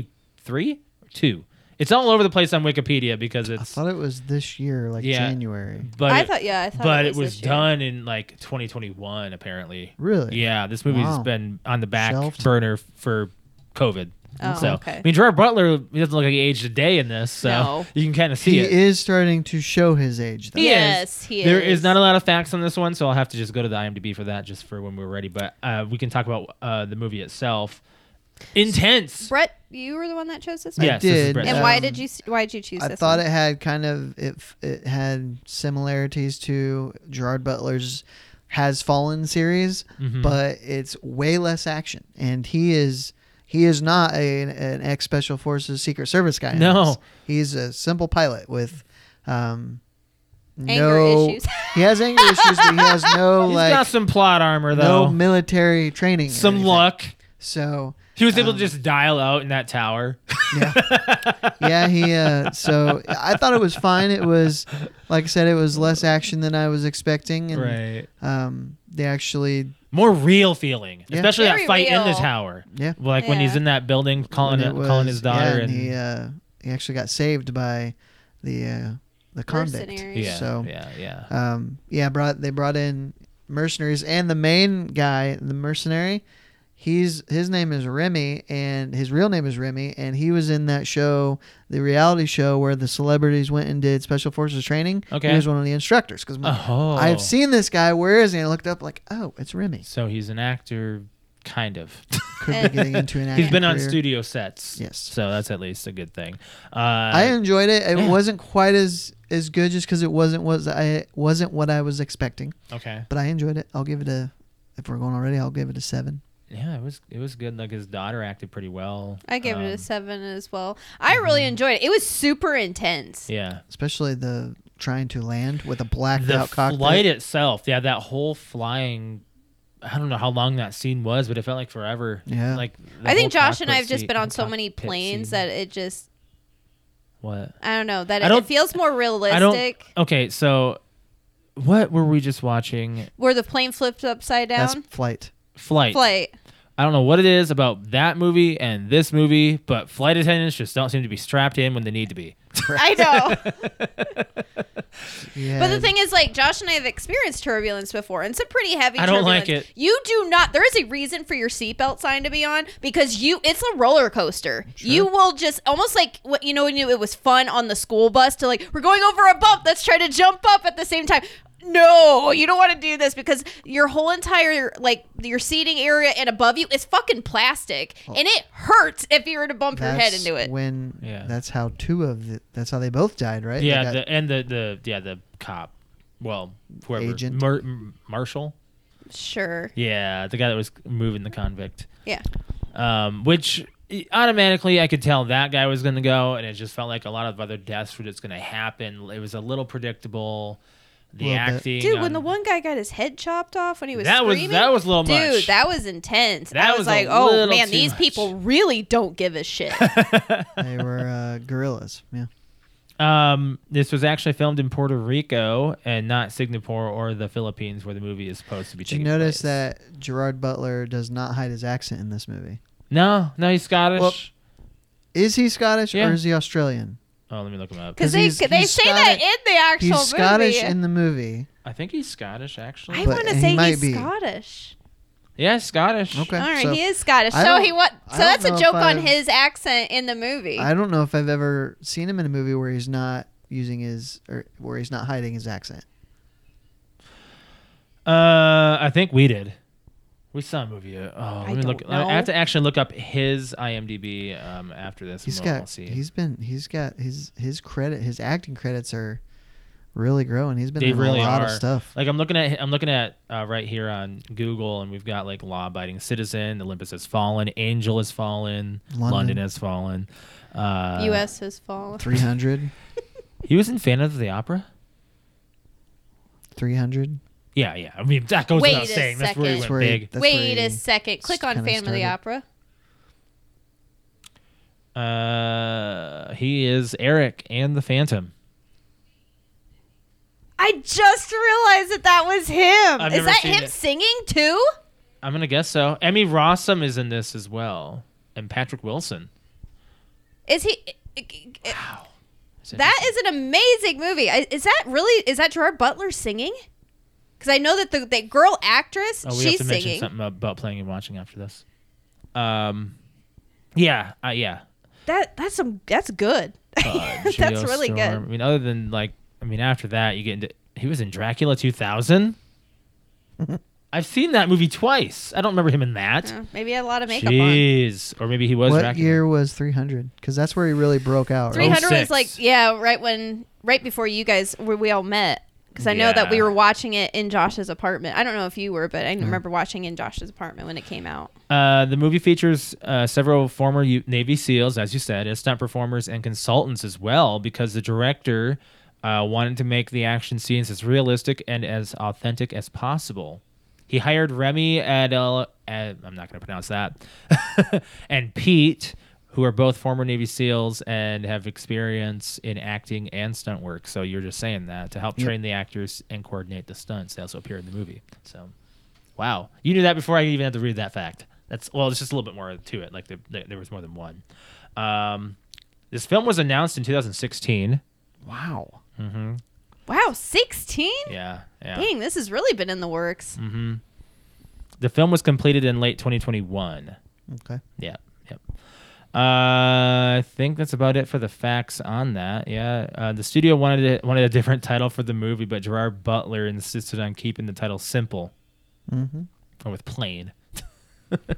2023 or two. It's all over the place on Wikipedia because I it's thought it was this year, like Yeah. January. but I it- thought, yeah, I thought. but it was, this year. done in like 2021 apparently. Really? Yeah, this movie's Wow. been on the back Shelved? burner for COVID. Oh, so okay. I mean Gerard Butler he doesn't look like he aged a day in this, so No. *laughs* you can kind of see He it. is starting to show his age though. He Yes, is. he There is. is not a lot of facts on this one, so I'll have to just go to the IMDb for that, just for when we're ready. But uh, we can talk about uh, the movie itself. Intense. Brett, you were the one that chose this. I One? Yes, this is did. Brett's. And why um, did you s- why did you choose I this? thought one? it had kind of it, f- it had similarities to Gerard Butler's Has Fallen series, Mm-hmm. but it's way less action, and he is he is not a, an ex Special Forces Secret Service guy. in No. this. he's a simple pilot with um, Anger no, issues. *laughs* he has anger issues, but he has no He's got like some plot armor though. no military training, or some anything. luck. So He was able Um, to just dial out in that *laughs* tower. yeah, he. Uh, so I thought it was fine. It was, like I said, it was less action than I was expecting, and um, they actually, More real feeling, Yeah. especially that Very fight in the real. tower. Yeah. Like when he's Yeah. in that building calling when it calling was- his daughter yeah, and, he, uh, he actually got saved by the uh, the convict. Mercenaries. yeah, so- yeah, yeah. Um, yeah, brought they brought in mercenaries and the main guy, the mercenary. He's his name is Remy, and his real name is Remy, and he was in that show, the reality show where the celebrities went and did special forces training. Okay. he was one of the instructors because Oh, Um, I've seen this guy. Where is he? And I looked up, like, oh, it's Remy. So he's an actor, kind of. Could be getting into *laughs* an *laughs* acting He's been on career. studio sets. Yes. So that's at least a good thing. Uh, I enjoyed it. It Yeah. wasn't quite as as good just because it wasn't was I wasn't what I was expecting, okay. but I enjoyed it. I'll give it a. If we're going already, I'll give it a seven. Yeah, it was it was good. Like his daughter acted pretty well. I gave it Um, mm-hmm. a seven as well. I really enjoyed it. It was super intense. Yeah. Especially the trying to land with a blacked The out cockpit. flight itself, yeah, that whole flying. I don't know how long that scene was, but it felt like forever. Yeah. Like I think Josh and I have just been on so many planes that it just what I don't know that I it, don't- it feels more I don't. realistic. Okay, so what were we just watching? Where the plane flipped upside That's down. flight. Flight. Flight. I don't know what it is about that movie and this movie, but flight attendants just don't seem to be strapped in when they need to *laughs* be. I know. Yeah. But the thing is, like Josh and I have experienced turbulence before, and some pretty heavy. I don't like turbulence. it. You do not. There is a reason for your seatbelt sign to be on because you. It's a roller coaster. You will just almost like what you know when you it was fun on the school bus to like we're going over a bump. Let's try to jump up at the same time. No, you don't want to do this because your whole entire like your seating area and above you is fucking plastic, Oh. and it hurts if you were to bump your head That's into it. When Yeah. that's how two of the, that's how they both died, right? They Yeah, got- the, and the the yeah the cop. well, whoever Agent. Mar- M- Marshall. Sure. Yeah, the guy that was moving the convict. Yeah. Um, which eh, automatically I could tell that guy was going to go, and it just felt like a lot of other deaths were just going to happen. It was a little predictable. The Little bit. acting, Dude, when on- the one guy got his head chopped off when he was that was screaming, that was a little dude, much. that was intense. That I was, was a like, oh little man, too these much. people really don't give a *laughs* shit. *laughs* They were uh, gorillas. Yeah. Um, this was actually filmed in Puerto Rico and not Singapore or the Philippines, where the movie is supposed to be. Did you taking notice place. that Gerard Butler does not hide his accent in this movie? No, no, he's Scottish. Well- Is he Scottish Yeah. or is he Australian? oh, let me look him up. Because 'Cause they he's- they he's say Scotti- that in the actual He's movie. Scottish in the movie. I think he's Scottish, actually. I but want to he say might he's be. Scottish. yeah, he's Scottish. Okay. All right, so he is Scottish. I So don't- he what? I So don't that's a know if joke on I've- his accent in the movie. I don't know if I've ever seen him in a movie where he's not using his or where he's not hiding his accent. Uh, I think we did. We saw a movie. uh, Oh, let I me look. don't I have to know. actually look up his IMDb um, after this. He's and we'll, we'll got see. he's been he's got his his credit his acting credits are really growing. He's been They in really a lot are. of stuff. Like I'm looking at I'm looking at uh, right here on Google, and we've got like Law Abiding Citizen, Olympus Has Fallen, Angel Has Fallen, London, London. Has Fallen. Uh, U.S. has fallen. 300 He was in Phantom of the Opera. 300 Yeah, yeah. I mean that goes Wait without a saying. That's where he second. went big. That's where Wait he a second. Click s- on kinda Phantom of the started. Opera. Uh, he is Eric and the Phantom. I just realized that that was him. I've Is never that seen him it. singing too? I'm gonna guess so. Emmy Rossum is in this as well, and Patrick Wilson. Is he? Wow. That is an amazing movie. I- Is that really? Is that Gerard Butler singing? Because I know that the that girl actress, Oh, we she's have to mention singing. something about playing and watching after this. Um, yeah, uh, *laughs* yeah. That that's some that's good. Uh, *laughs* that's Geo really Storm. I good. mean, other than like, I mean, after that, you get into. He was in Dracula *laughs* 2000. I've seen that movie twice. I don't remember him in that. Yeah, maybe he had a lot of Uh, makeup on. Jeez, or maybe he was. what Dracula. year was 300 because that's where he really broke out Three right? hundred was 06. like yeah, right when right before you guys where we all met. Because I know that we Yeah. Mm-hmm. were watching it in Josh's apartment. I don't know if you were, but I remember watching in Josh's apartment when it came out. Uh, the movie features uh, several former U- Navy SEALs, as you said, as stunt performers and consultants as well, because the director uh, wanted to make the action scenes as realistic and as authentic as possible. He hired Remy Adel, Ad, I'm not going to pronounce that, *laughs* and Pete, who are both former Navy SEALs and have experience in acting and stunt work. So you're just saying that to help Yep. train the actors and coordinate the stunts. They also appear in the movie. So. Wow, you knew that before I even had to read that fact. That's well, it's just a little bit more to it. Like there, there, there was more than one. Um, this film was announced in 2016. wow Wow, sixteen! Mm-hmm. Yeah, Mm-hmm. yeah. Dang, this has really been in the works. The film was completed in late 2021. okay Yeah, yep. Uh, I think that's about it for the facts on that. Yeah, uh, the studio wanted it, wanted a different title for the movie, but Gerard Butler insisted on keeping the title simple hmm or with plain. *laughs*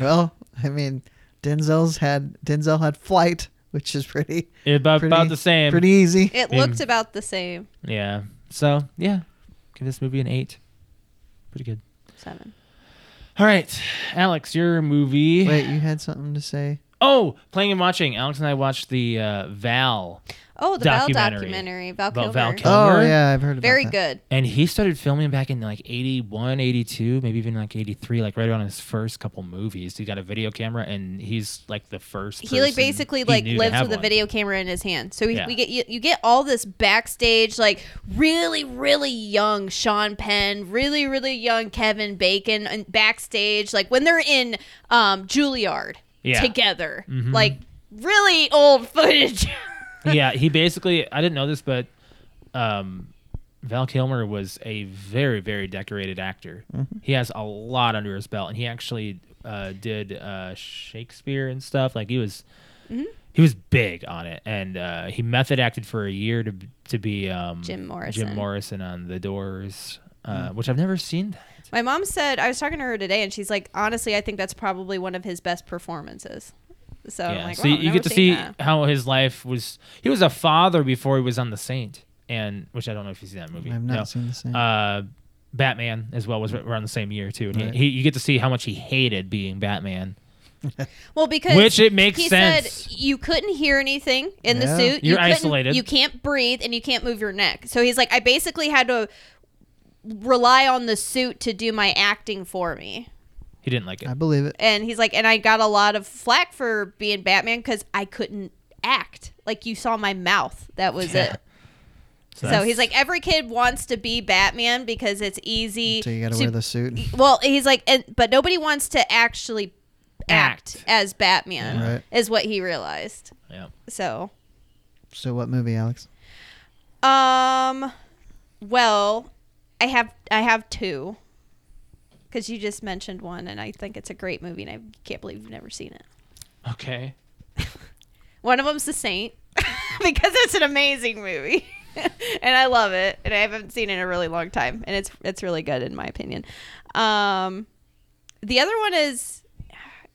well i mean denzel's had denzel had flight which is pretty About, pretty about the same. pretty easy It Yeah. looked about the same. Yeah. So yeah, give this movie an eight. Pretty good. Seven. All right, Alex, your movie. wait you had something to say Oh, playing and watching. Alex and I watched the uh, Val, Oh, the Val Documentary documentary, Val About Kilmer. Val Kilmer. oh Elmer? yeah i've heard about Very that. good. and he started filming back in like 81, 82, maybe even like 83, like right on his first couple movies. He got a video camera and he's like the first. He like person basically he like knew to lives have with a one. video camera in his hand. So we, Yeah. we get you, you get all this backstage like really really young Sean Penn, really really young Kevin Bacon and backstage like when they're in um Juilliard Yeah. Mm-hmm. together. Like really old footage. *laughs* yeah, he basically I didn't know this, but um, Val Kilmer was a very very decorated actor. Mm-hmm. He has a lot under his belt, and he actually uh, did uh, Shakespeare and stuff. Like he was Mm-hmm. he was big on it, and uh, he method acted for a year to to be um, Jim Morrison. Mm-hmm. Jim Morrison on The Doors, uh, which I've never seen. That. My mom said I was talking to her today and she's like honestly I think that's probably one of his best performances. So I'm yeah, like so wow, you- Oh I've you never get to seen see that. how his life was. He was a father before he was on The Saint. and which I don't know if you've seen that movie. I've not No. seen the same. Mm-hmm. Uh, Batman as well was around the same year too, and he- Right. he, you get to see how much he hated being Batman. Well, because Which it makes he sense. said you couldn't hear anything in the Yeah. suit. You You're couldn't- isolated. You can't breathe and you can't move your neck. So he's like, I basically had to rely on the suit to do my acting for me. He didn't like it. Um, I believe it. And he's like, and I got a lot of flack for being Batman because I couldn't act. Like you saw my mouth. That was Yeah. it. So that's- he's like, every kid wants to be Batman because it's easy. So you got to to- wear the suit. Well, he's like, and, but nobody wants to actually act, Act. as Batman, Yeah. Right. is what he realized. yeah. So, *laughs* So what movie, Alex? um, well, I have I have two because you just mentioned one, and I think it's a great movie, and I can't believe you've never seen it. Okay. One of them's The Saint *laughs* because it's an amazing movie. *laughs* and I love it, and I haven't seen it in a really long time, and it's it's really good in my opinion. Um, the other one is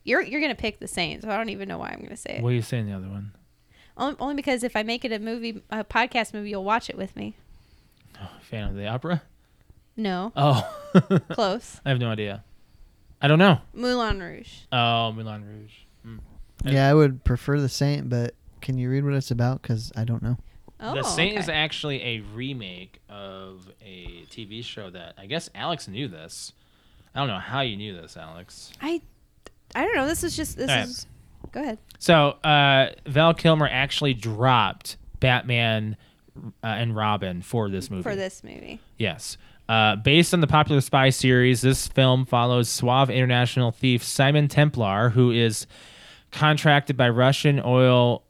you're you're gonna pick The Saint, so I don't even know why I'm gonna say it. What are you saying the other one? Only, only because if I make it a movie, a podcast movie, you'll watch it with me. Oh, Fan of the Opera? No, Oh, *laughs* close. I have no idea. I don't know. Moulin Rouge. Oh, Moulin Rouge. Mm. Yeah. Yeah, I would prefer the Saint, but can you read what it's about? Because I don't know. Oh, the Saint is okay. actually a remake of a TV show that I guess Alex knew this. I don't know how you knew this, Alex. I, I don't know. This is just this All right. is. Go ahead. So uh, Val Kilmer actually dropped Batman uh, and Robin for this movie. For this movie, Yes. Uh, based on the popular spy series, this film follows suave international thief Simon Templar, who is contracted by Russian oil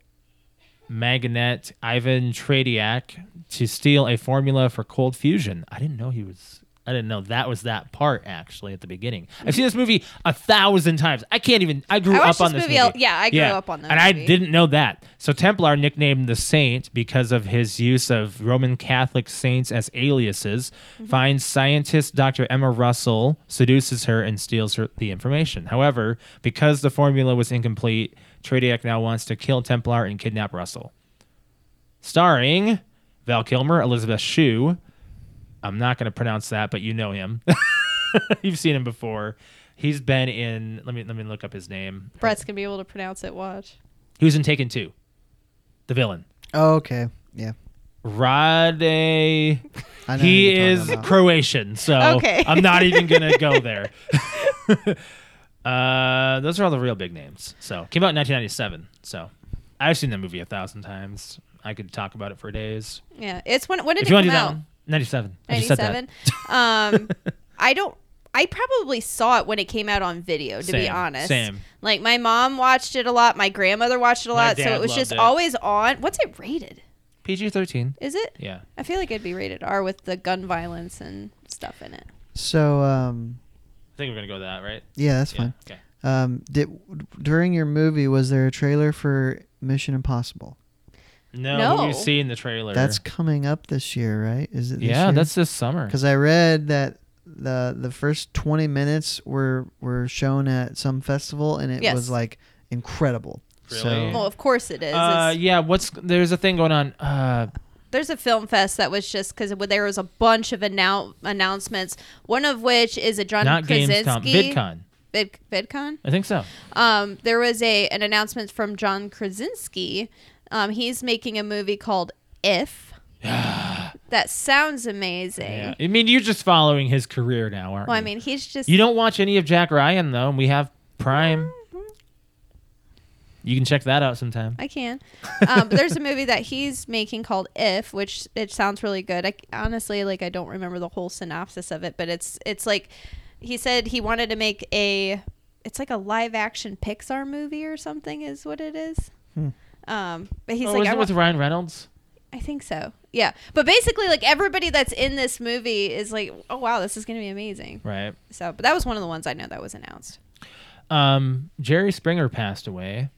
magnate Ivan Tradiak to steal a formula for cold fusion. I didn't know he was. I didn't know that was that part actually at the beginning. I've seen this movie a thousand times. I can't even. I grew I watched up on this this movie a- yeah, I grew up on that that. And I movie. did didn't know that. So Templar nicknamed the Saint because of his use of Roman Catholic saints as aliases. Mm-hmm. Finds scientist Dr. Emma Russell, seduces her, and steals her the information. However, because the formula was incomplete, Tradiak now wants to kill Templar and kidnap Russell. Starring Val Kilmer, Elizabeth Shue. I'm not going to pronounce that, but you know him. *laughs* You've seen him before. He's been in. Let me let me look up his name. Brett's gonna be able to pronounce it. Watch. He was in Taken Two, the villain. Oh, okay. Yeah. Rade. I know He who you're is talking about. Croatian, so Okay. *laughs* I'm not even gonna *laughs* go there. *laughs* uh, those are all the real big names. So came out in 1997. So I've seen that movie a thousand times. I could talk about it for days. Yeah, it's when when did if it you want to come do that out? one, 97. I just said that. 97 um *laughs* i don't i probably saw it when it came out on video to be Same, honest same. like my mom watched it a lot my grandmother watched it a My lot so dad it was loved just it. always on what's it rated PG-13. is it Yeah. i feel like it'd be rated r with the gun violence and stuff in it So um, I think we're gonna go with that, right? yeah, that's yeah. fine. Okay. Um, did during your movie was there a trailer for Mission Impossible? No, No. you've seen the trailer. That's coming up this year, right? Is it? This yeah. year? That's this summer. because I read that the the first twenty minutes were were shown at some festival and it Yes. Oh, was like incredible. Really? well So of course it is Uh, It's- yeah. What's there's a thing going on. Uh, there's a film fest that was just because there was a bunch of annou- announcements one of which is a john not Gamescom. krasinski VidCon. Vid- vidcon I think so. um, there was a an announcement from John Krasinski. Um, he's making a movie called *sighs* If. that sounds amazing. Yeah. I mean, you're just following his career now, aren't Well, I you? mean, he's just you don't watch any of Jack Ryan though, and we have Prime. Mm-hmm. You can check that out sometime. I can. Um, but there's a movie that he's making called If, which it sounds really good. I honestly like I don't remember the whole synopsis of it, but it's it's like he said he wanted to make a it's like a live action Pixar movie or something is what it is. Um, but he's oh, like was I it want- with Ryan Reynolds? I think so. Yeah. But basically, like everybody that's in this movie is like, oh wow, this is gonna be amazing. Right. So, but that was one of the ones I know that was announced. Um, Jerry Springer passed away.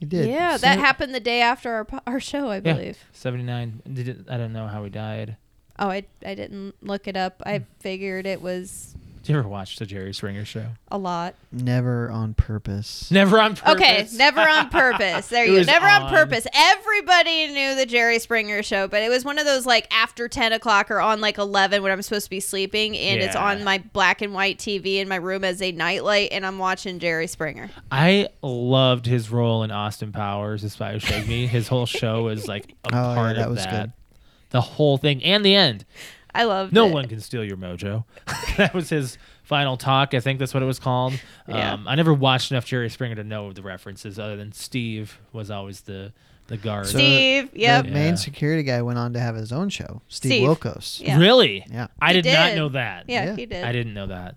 he did. yeah, that happened the day after our po- our show, I Yeah. believe. 79. Did it, I don't know how he died. Oh, I I didn't look it up. I figured it was Do you ever watch the Jerry Springer show? A lot. Never on purpose. Never on purpose. Okay, *laughs* never on purpose. There It you go. was Never on. on purpose. Everybody knew the Jerry Springer show, but it was one of those like after 10 o'clock or on like 11 when I'm supposed to be sleeping, and it's Yeah. on my black and white TV in my room as a nightlight, and I'm watching Jerry Springer. I loved his role in Austin Powers, The Spy Who Shagged Me. His whole show was like *laughs* a Oh, yeah, part that of was that. good. The whole thing and the end. I love No it. one can steal your mojo. *laughs* that was his final talk. I think that's what it was called. Yeah. Um, I never watched enough Jerry Springer to know the references, other than Steve was always the the guard. So- Steve, yep. The Yeah. main security guy went on to have his own show, Steve, Steve. Wilkos. Yeah. Really? Yeah. I He did, not did. know that. Yeah, Yeah. he did. I didn't know that.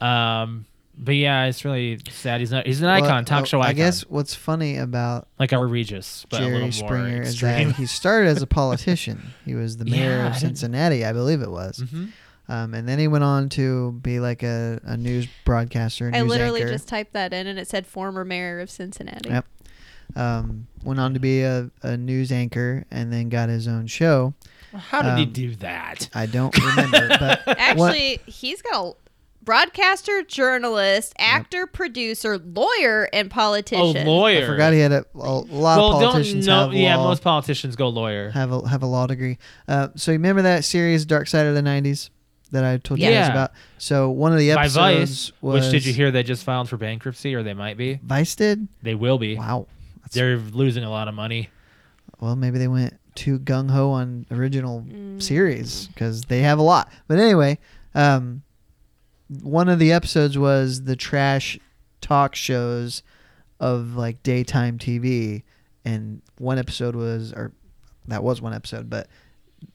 Um, but yeah, it's really sad. He's not. He's an Well, icon, talk well, show icon. I guess what's funny about like our Regis, but a Jerry little more Springer is extreme. that he started as *laughs* a politician. he was the mayor Yeah, I of didn't- Cincinnati, I believe it was. Mhm. Um, and then he went on to be like a, a news broadcaster. I news literally anchor. just typed that in, and it said former mayor of Cincinnati. Yep. um, went on to be a, a news anchor and then got his own show. How did he Um, do that? I don't remember, *laughs* but Actually, he's got a broadcaster, journalist, actor, producer, lawyer, and A politician. Oh, lawyer. I forgot he had a, a lot well, of politicians don't know. have Yeah, law, Uh, most politicians go lawyer. have a have a law degree. Uh, so you remember that series Dark Side of the '90s that I told you guys Yeah. about? So one of the By episodes Vice, was which did you hear they just filed for bankruptcy, or they might be. Vice did. They will be. Wow. That's, They're losing a lot of money. well, maybe they went too gung ho on original Mm. series because they have a lot. But anyway, um, one of the episodes was the trash talk shows of like daytime TV, and one episode was, or that was one episode, but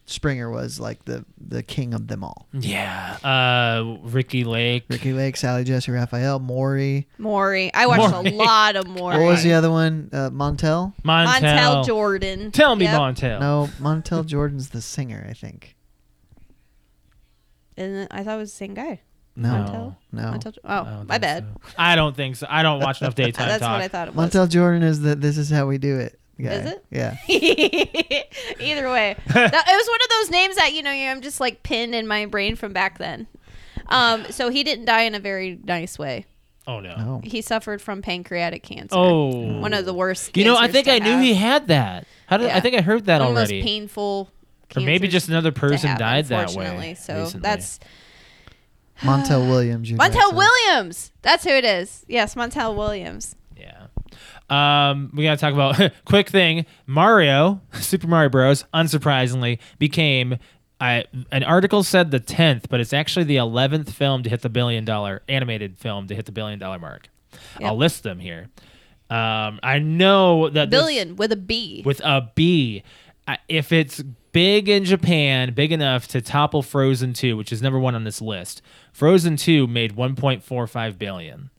Springer was like the the king of them all. Yeah. Uh, Ricky Lake. Ricky Lake, Sally Jesse, Raphael, Maury. Maury. I watched Maury. a lot of Maury. What was the other one? Uh, Montel? Montel. Montel Jordan. Tell me, Yep. Montel. No, Montel Jordan's the singer, I think. And then I thought it was the same guy. No, Montel? no. Montel, oh, I don't my think bad. so. I don't think so. I don't *laughs* watch enough daytime That's talk. what I thought it was. Montel Jordan is the "This is how we do it." guy. Is it? Yeah. *laughs* Either *laughs* way, that, it was one of those names that you know I'm just like pinned in my brain from back then. Um, so he didn't die in a very nice way. Oh no. No. He suffered from pancreatic cancer. Oh. one of the worst. You know, I cancers think to I knew have. he had that. How did Yeah. I think I heard that one of the already? most painful. or maybe cancers just another to person have, died that unfortunately. way. So recently. that's Montel Williams. you guys Montel said. Williams. That's who it is. Yes, Montel Williams. yeah. Um, we gotta talk about *laughs* quick thing. Mario, *laughs* Super Mario Bros. Unsurprisingly became. I, an article said the tenth, but it's actually the eleventh film to hit the billion dollar animated film to hit the billion dollar mark. Yep. I'll list them here. Um, I know that this- Billion with a B. with a B. I- If it's big in Japan, big enough to topple Frozen 2, which is number one on this list, Frozen 2 made 1.45 billion.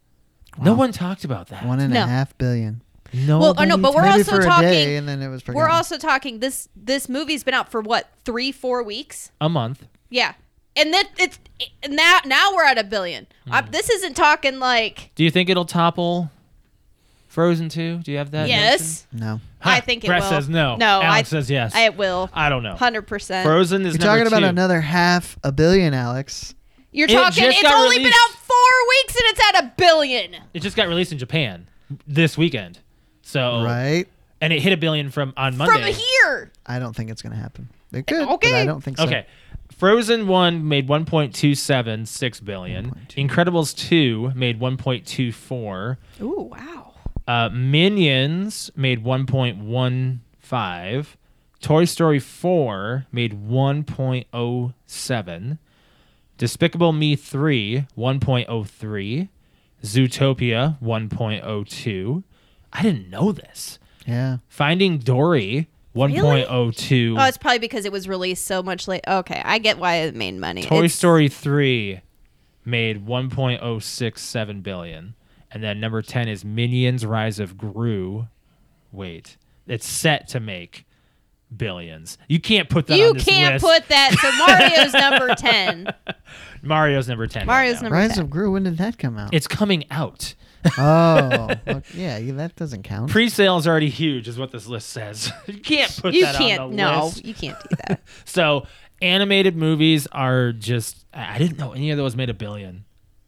No one talked about that. One and a No. half billion. no. well, oh, no, one- but we're Maybe also for talking. A day, and then it was forgotten. We're also talking this. This movie's been out for what three, four weeks? a month. Yeah, and then it's and now now we're at a billion. Hmm. I- this isn't talking like Do you think it'll topple Frozen 2? Do you have that? notion? yes. no. I Huh, think it Brett will. says no. No, Alex I, says yes. I will. I don't know. Hundred percent. Frozen is You're number talking about two. another half a billion, Alex. You're It talking. just It's got only been released. out four weeks and it's at a billion. It just got released in Japan this weekend. So Right? and it hit a billion from on Monday. From here, I don't think it's gonna happen. They could. But Okay. I don't think so. Okay. Frozen 1 made 1.276 billion. 1.2. Incredibles 2 made 1.24. ooh, wow. Uh, Minions made 1.15. Toy Story 4 made 1.07. Despicable Me 3 1.03. Zootopia 1.02. I didn't know this. Yeah. Finding Dory 1.02. Oh, it's probably because it was released so much late. Okay, I get why it made money. Toy It's- Story 3 made 1.067 billion. And then number 10 is Minions Rise of Gru. Wait. It's set to make billions. You can't put that You on this can't list. put that. So Mario's *laughs* number ten. Mario's number 10. right Mario's now. number Rise ten. of Gru. When did that come out? It's coming out. *laughs* *laughs* oh, well, yeah. you- That doesn't count. Pre-sale's already huge is what this list says. *laughs* you can't put you that can't. on the no, list. you can't do that. So animated movies are just I I didn't know any of those made a billion.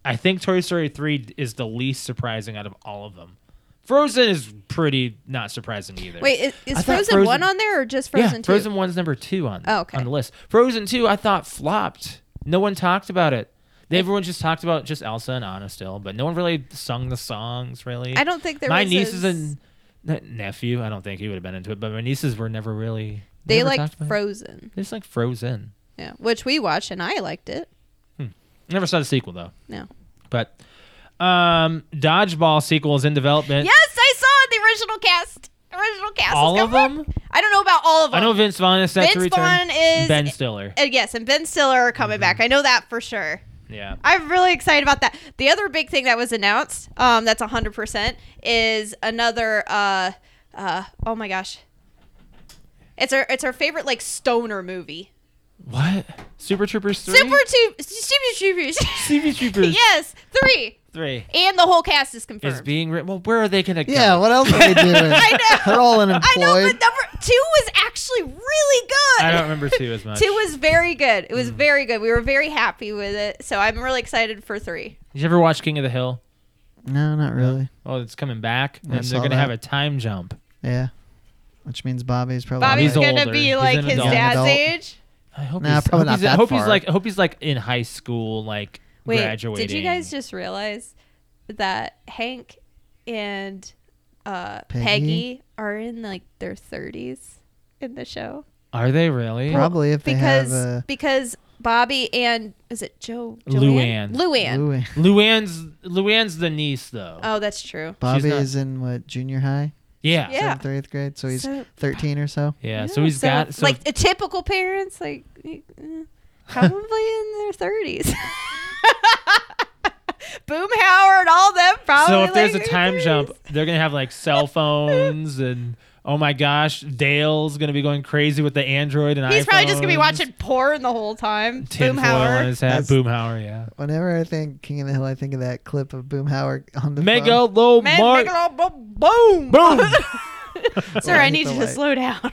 I think Toy Story 3 is the least surprising out of all of them. Frozen is pretty not surprising either. Wait, is, *laughs* is I thought Frozen, Frozen- one on there or just Frozen yeah, two? Frozen 1's number 2 on Oh, okay. on the list. Frozen 2 I thought flopped. No one talked about it. They- Everyone just talked about just Elsa and Anna still, but no one really sung the songs really. I don't think there my was nieces as- and ne- nephew, I don't think he would have been into it, but my nieces were never really they never like talked about it. Frozen, They just like Frozen. yeah, which we watched and I liked it. Never saw the sequel though. No. But um Dodgeball sequel is in development. Yes, I saw the original cast. Original cast. is All of coming. them? I don't know about all of them. I know Vince Vaughn is set to Vince return. Vaughn is- Ben Stiller. Uh, yes, and Ben Stiller are coming Mm-hmm. back. I know that for sure. Yeah. I'm really excited about that. The other big thing that was announced, um, that's 100%, is another, uh, uh, oh my gosh. It's our, it's our favorite, like, stoner movie. What? Super Troopers three. Super two, Super Troopers. Super Troopers *laughs* yes, three. three And the whole cast is confirmed. is being written. Well, where are they gonna go? Yeah, *laughs* what else are they doing? *laughs* I know. *laughs* They're all I know, unemployed. but number two was actually really good. I don't remember two *laughs* as much. Two was very good. It was Mm. very good. We were very happy with it. So I'm really excited for three. Did you ever watch King of the Hill? no, not really. Oh, it's coming back, I and saw they're gonna that. have a time jump. Yeah. Which means Bobby's probably Bobby's he's like, gonna older. be He's like an his adult. dad's Adult. age. I hope Nah, he's probably hope not he's- I that hope he's far. like I hope he's like in high school, like Wait, graduating. did you guys just realize that Hank and uh, Peggy? Peggy? are in like their 30s in the show? Are they really? probably if they because have a because Bobby and is it Joe Luann. Joanne? Luann. Ooh, Luann's Luann's the niece though. Oh, that's true. Bobby not- is in what junior high, yeah. Yeah. seventh or eighth grade, so he's So- thirteen or so. Yeah, Yeah, so he's got so like the typical parents, like eh, probably in their thirties. *laughs* Boomhauer and all them probably. so if there's a like, in time their jump, 30s. they're gonna have like *laughs* cell phones and oh my gosh, Dale's gonna be going crazy with the Android and he's probably just gonna be iPhones. watching porn the whole time. tinfoil on Boomhauer. his hat. That's- Boomhauer, yeah. Whenever I think King of the Hill, I think of that clip of Boomhauer *laughs* on the phone. Megalo Man, Mark. make it all boom. boom. *laughs* Boom. Sir, I Right, need the you to light. slow down.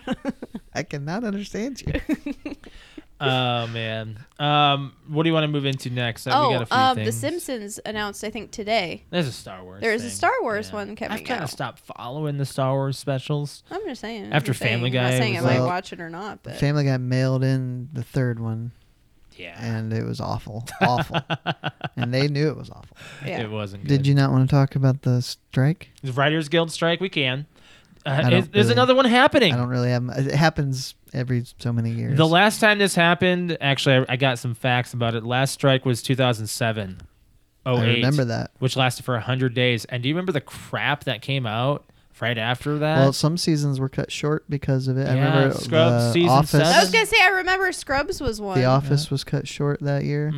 I cannot *laughs* understand you. *laughs* oh man. Um, what do you want to move into next? Uh, we got oh, a few um, The things. Simpsons announced, I think today. There's a Star Wars. There is a thing. Star Wars one coming I've kind out. of stopped following the Star Wars specials. I'm just saying. I'm After just saying. Family I'm Guy not saying I was might like- watch it or not, but Family Guy mailed in the third one, Yeah. and it was awful, *laughs* awful, and they knew it was awful. yeah. It wasn't. Good. Did you not want to talk about the strike? The Writers Guild strike. We can. Uh, I is, don't there's really- another one happening. I don't really have. It happens every so many years. The last time this happened, actually, I, I got some facts about it. Last strike was 2007. Oh, I remember that. Which lasted for 100 days. And do you remember the crap that came out right after that? Well, some seasons were cut short because of it. I Yeah, remember Scrubs the season Office. seven. I was gonna say I remember Scrubs was one. The Office was cut short that year.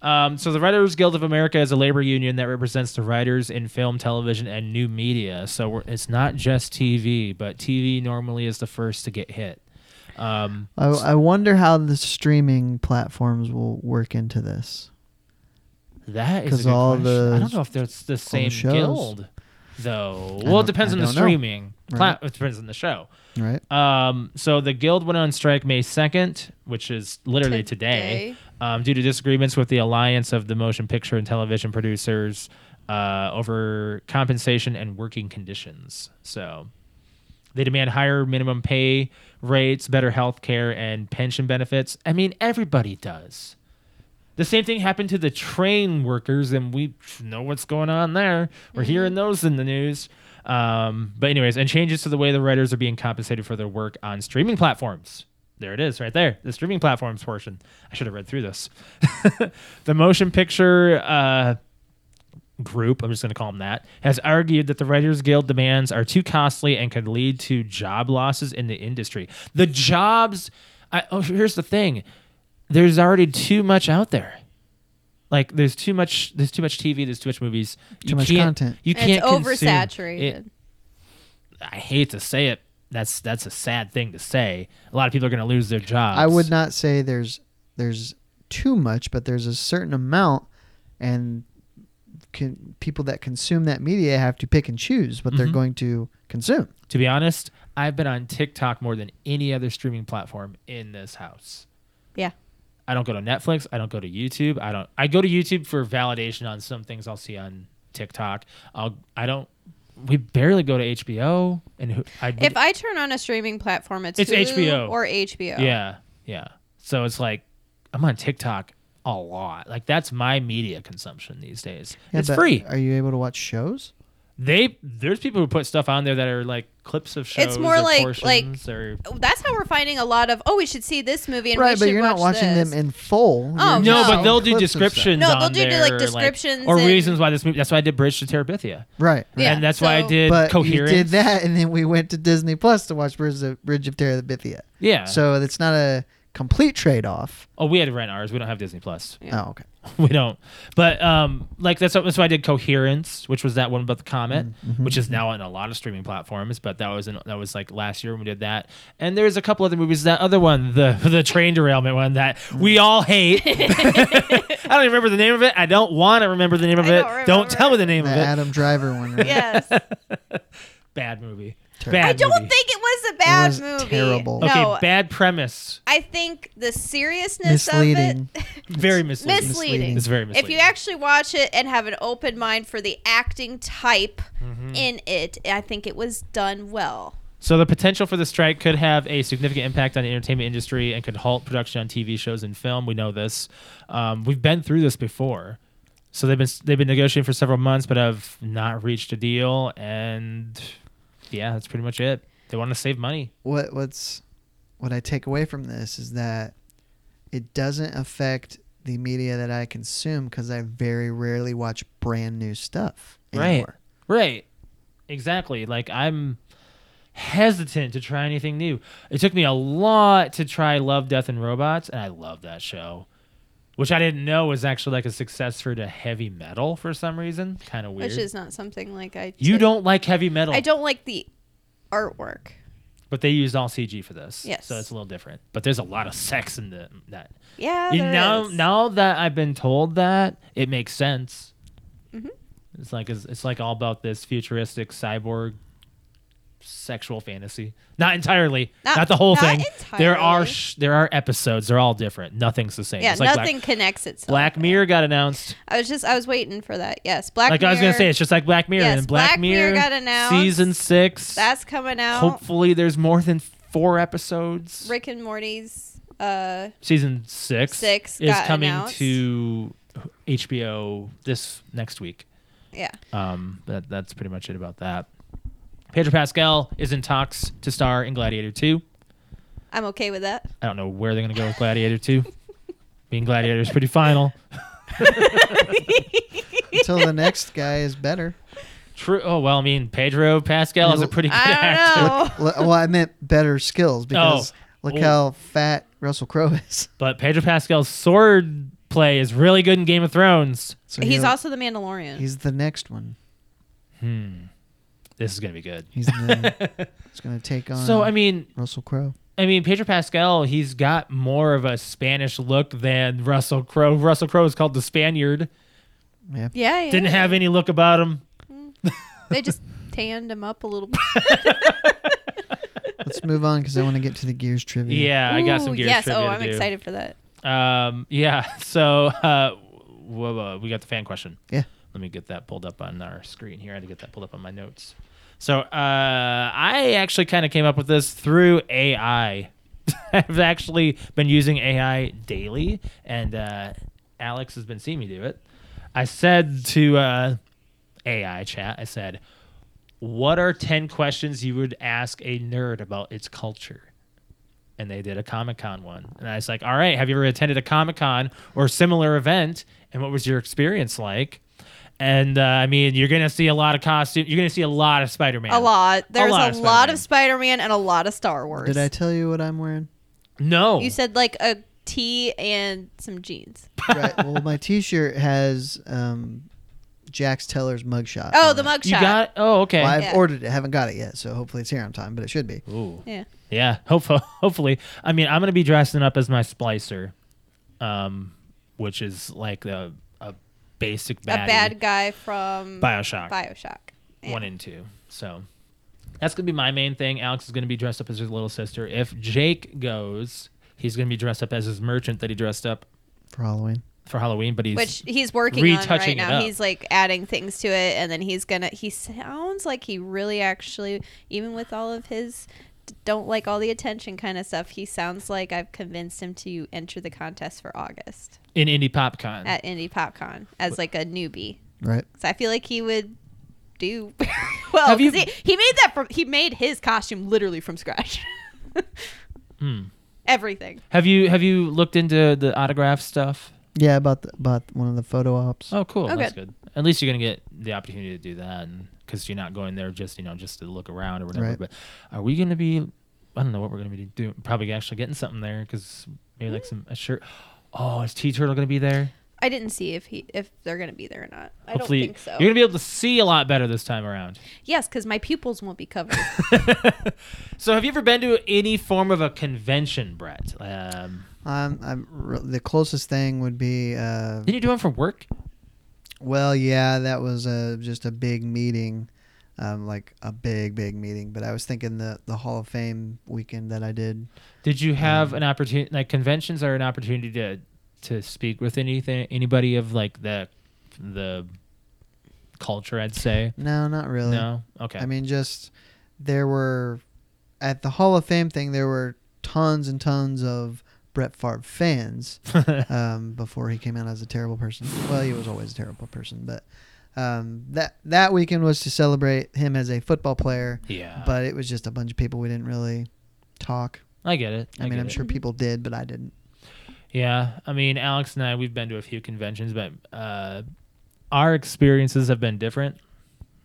Um, so the Writers Guild of America is a labor union that represents the writers in film, television, and new media. So we're, it's not just TV, but TV normally is the first to get hit. Um, I, I wonder how the streaming platforms will work into this. that is a 'Cause good all question. the- I don't know if that's the same shows. guild, though. I Well, it don't- depends I on the don't know. streaming. Right. Plat- it depends on the show. Right? Um, so the guild went on strike May 2nd, which is literally today, Today. um, due to disagreements with the Alliance of the Motion Picture and Television Producers uh, over compensation and working conditions. So they demand higher minimum pay rates, better health care, and pension benefits. I mean, everybody does. The same thing happened to the train workers, and we know what's going on there. We're hearing those in the news. Um, but, anyways, and changes to the way the writers are being compensated for their work on streaming platforms. There it is, right there, the streaming platforms portion. I should have read through this. *laughs* the motion picture. Uh, group, I'm just going to call them that, has argued that the Writers Guild demands are too costly and could lead to job losses in the industry. The jobs, I, oh, here's the thing there's already too much out there. Like there's too much, there's too much TV, there's too much movies, too much content. You And it's can't consume oversaturated. it. I hate to say it. That's that's a sad thing to say. A lot of people are going to lose their jobs. I would not say there's there's too much, but there's a certain amount, and can, people that consume that media have to pick and choose what they're Mm-hmm. going to consume. To be honest, I've been on TikTok more than any other streaming platform in this house. yeah. I don't go to Netflix. I don't go to YouTube. I don't. I go to YouTube for validation on some things I'll see on TikTok. I'll. I don't. We barely go to HBO, and who- I. If I turn on a streaming platform, it's, It's Hulu HBO. or HBO. yeah, yeah. So it's like I'm on TikTok a lot. Like that's my media consumption these days. Yeah, it's but free. Are you able to watch shows? They there's people who put stuff on there that are like clips of shows. It's more or like- like- portions or That's how we're finding a lot of. Oh, we should see this movie. And we right, but should you're not watch watching this. them in full. Oh, no, You're no. just but seeing they'll do clips and stuff. descriptions. No, they'll on do, there, like, or, descriptions or and- reasons why this movie. That's why I did Bridge to Terabithia, Right. right. Yeah, and that's why I so- did But Coherence. you did that, and then we went to Disney Plus to watch Bridge of, Bridge of Terabithia. Yeah. So it's not a complete trade off. oh, we had to rent ours. We don't have Disney Plus. *laughs* Yeah. Oh, okay. we don't. But um, like that's that's why I did Coherence, which was that one about the comet, which is now on a lot of streaming platforms. But that was in, that was like last year when we did that. And there's a couple other movies. That other one, the *laughs* the train derailment one that we all hate. *laughs* I don't even remember the name of it. I don't want to remember the name of I it. don't Don't, remember tell me the The name of it. Adam Driver *laughs* one. Right? Yes. Bad movie. Terrible. Bad I don't movie. think it was a bad was movie. terrible. No, Okay, bad premise. I think the seriousness Misleading. of it Very misleading. *laughs* misleading. It's very misleading. If you actually watch it and have an open mind for the acting type Mm-hmm. in it, I think it was done well. So the potential for the strike could have a significant impact on the entertainment industry and could halt production on TV shows and film. We know this. Um, we've been through this before. So they've been they've been negotiating for several months, but have not reached a deal. And yeah, that's pretty much it. They want to save money. what what's what I take away from this is that it doesn't affect the media that I consume because I very rarely watch brand new stuff. Right. Anymore. Right. Exactly. Like I'm hesitant to try anything new. It took me a lot to try Love, Death and Robots, and I love that show. Which I didn't know was actually like a successor to heavy metal for some reason. Kind of weird. Which is not something like I. you did- don't like heavy metal, I don't like the artwork. but they used all CG for this. Yes. So it's a little different. But there's a lot of sex in the, that. Yeah. You there now, is. now that I've been told that, it makes sense. Mm-hmm. It's like it's, it's like all about this futuristic cyborg sexual fantasy. Not entirely, not, Not- the whole not thing. There are entirely. sh- there are episodes. They're all different. Nothing's the same. Yeah, It's like nothing Black, connects itself. Black Mirror got announced. I was just I was waiting for that. Yes, Black like Mirror. I was gonna say, it's just like Black Mirror. Yes, and Black, Black Mirror got announced. Season six. that's coming out. Hopefully, there's more than four episodes. Rick and Morty's. Uh, Season six, Six is got coming announced. to HBO this next week. yeah. Um, that that's pretty much it about that. Pedro Pascal is in talks to star in Gladiator 2. I'm okay *laughs* with that. *laughs* I don't know where they're gonna go with Gladiator 2. Being Gladiator is pretty final. Until the next guy is better. True. Oh well, I mean Pedro Pascal is a *laughs* pretty good I don't actor, know. Look- well, I meant better skills because look Oh. how fat Russell Crowe is. *laughs* but Pedro Pascal's sword play is really good in Game of Thrones. So He's he'll- also the Mandalorian. he's the next one. This is gonna be good. *laughs* He's the, he's gonna take on. So I mean, Russell Crowe. I mean, Pedro Pascal, he's got more of a Spanish look than Russell Crowe. Russell Crowe is called the Spaniard. Yeah. yeah, yeah. Didn't have any look about him. They just *laughs* tanned him up a little bit. Let's move on because I want to get to the Gears trivia. Yeah, I got some Ooh, gears. Yes. trivia Oh, to I'm do. excited for that. Um, yeah. *laughs* So, uh, whoa, whoa, we got the fan question. Yeah. Let me get that pulled up on our screen here. I had to get that pulled up on my notes. So, uh, I actually kind of came up with this through AI. *laughs* I've actually been using AI daily, and uh, Alex has been seeing me do it. I said to uh, AI chat, I said, What are 10 questions you would ask a nerd about its culture? and they did a Comic Con one. And I was like, all right, have you ever attended a Comic Con or similar event? And what was your experience like? And uh, I mean, you're going to see a lot of costume. You're going to see a lot of Spider Man. A lot. There's a lot, lot of of Spider-Man and a lot of Star Wars. Did I tell you what I'm wearing? No. you said like a tee and some jeans. right. Well, my T-shirt has um, Jax Teller's mugshot. Oh, on the it. mugshot. You got. Oh, okay. Well, I've Yeah. ordered it. I haven't got it yet, so hopefully it's here on time. But it should be. Ooh. Yeah. Yeah. Hopefully. *laughs* Hopefully. I mean, I'm going to be dressing up as my splicer, um, which is like a, a basic baddie. A bad guy from Bioshock. Bioshock. Yeah. one and two. So that's gonna be my main thing. Alex is gonna be dressed up as his little sister. If Jake goes, He's going to be dressed up as his merchant that he dressed up for Halloween. for Halloween, but he's which he's working on retouching right it now. up. He's like adding things to it, and then he's gonna. He sounds like he really actually, even with all of his d- don't like all the attention kind of stuff, he sounds like I've convinced him to enter the contest for August in Indie PopCon. at Indie PopCon as like a newbie. Right. So I feel like he would do *laughs* well. Have you- 'cause he, he made that from. He made his costume literally from scratch. Hmm. *laughs* Everything. Have you have you looked into the autograph stuff? Yeah, about the, about one of the photo ops. Oh, cool. Oh, That's good. At least you're gonna get the opportunity to do that, because you're not going there just you know just to look around or whatever. Right. But are we gonna be? I don't know what we're gonna be doing. Probably actually getting something there, because maybe like Hmm. some a shirt. Oh, is T Turtle gonna be there? I didn't see if he if they're gonna be there or not. I Hopefully, don't think so. you're gonna be able to see a lot better this time around. *laughs* Yes, because my pupils won't be covered. So, have you ever been to any form of a convention, Brett? Um, Um, I'm re- the closest thing would be. Uh, didn't you do one for work? well, yeah, that was uh, just a big meeting, um, like a big big meeting. But I was thinking the the Hall of Fame weekend that I did. Did you Mm. have an opportunity? Like conventions are an opportunity to to speak with anything anybody of like the the culture. I'd say No, not really. no. Okay, I mean, just there were at the Hall of Fame thing. There were tons and tons of Brett Favre *laughs* fans um, before he came out as a terrible person. Well, he was always a terrible person, but um, that that weekend was to celebrate him as a football player. yeah, But it was just a bunch of people. We didn't really talk. I get it. I, mean, get I'm it. sure people did, but I didn't. Yeah, I mean, Alex and I we've been to a few conventions, but uh, our experiences have been different.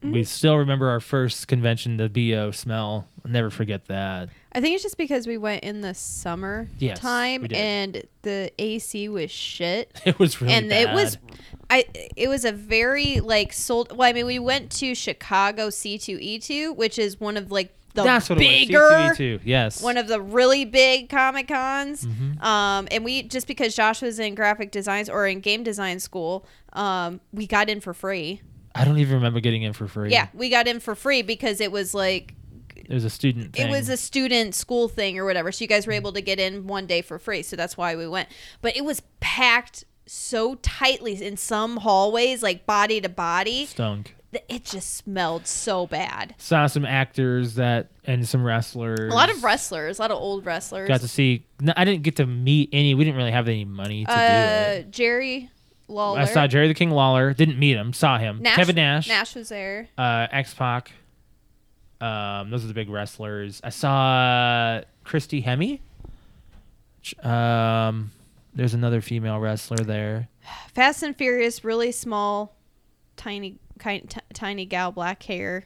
Mm-hmm. We still remember our first convention, the BO smell. I'll never forget that. *laughs* I think it's just because we went in the summer Yes, time we did. and the AC was shit. It was really and it was I it was a very like sold well, I mean, we went to Chicago C two E two, which is one of like the bigger too. Yes, Mm-hmm. one of the really big comic cons um, and we just because josh was in graphic designs or in game design school um, we got in for free I don't even remember getting in for free. yeah we got in for free because it was like it was a student. Thing. it was a student school thing or whatever. So you guys were able to get in one day for free. So that's why we went. But it was packed so tightly in some hallways, like body to body, stunk. that it just smelled so bad. Saw some actors that and some wrestlers. A lot of wrestlers, a lot of old wrestlers. Got to see. No, I didn't get to meet any. We didn't really have any money to do uh, it. Jerry Lawler. I saw Jerry the King Lawler. Didn't meet him. Saw him. Kevin Nash. Nash was there. Uh, X Pac. Um, those are the big wrestlers. I saw Christy Hemme. Ch- Um, there's another female wrestler there. Fast and Furious, really small, tiny, kind, t- tiny gal, black hair.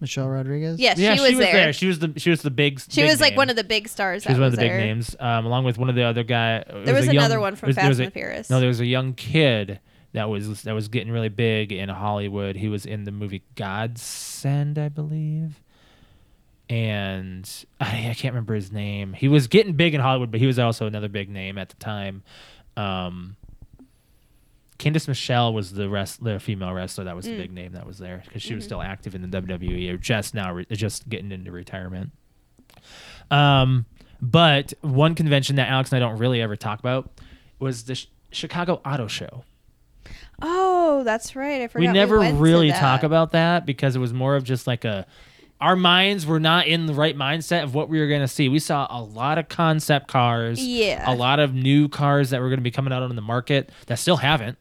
Michelle Rodriguez. Yeah, yeah, Uh, she, was there. She was the she was the big. She was like one of the big stars. She was that one of the big there. names, um, along with one of the other guy. There was, a another young- one from there was- there Fast was a- and Furious. No, there was a young kid that was that was getting really big in Hollywood. He was in the movie Godsend, I believe. And I, I can't remember his name. He was getting big in Hollywood, but he was also another big name at the time. Um, Candice Michelle was the rest, the female wrestler that was the big name that was there because she was still active in the WWE or just now, re- just getting into retirement. Um, but one convention that Alex and I don't really ever talk about was the sh- Chicago Auto Show. Oh, that's right. I forgot. we never went to really that. talk about that because it was more of just like a our minds were not in the right mindset of what we were going to see. We saw a lot of concept cars, Yeah. a lot of new cars that were going to be coming out on the market that still haven't.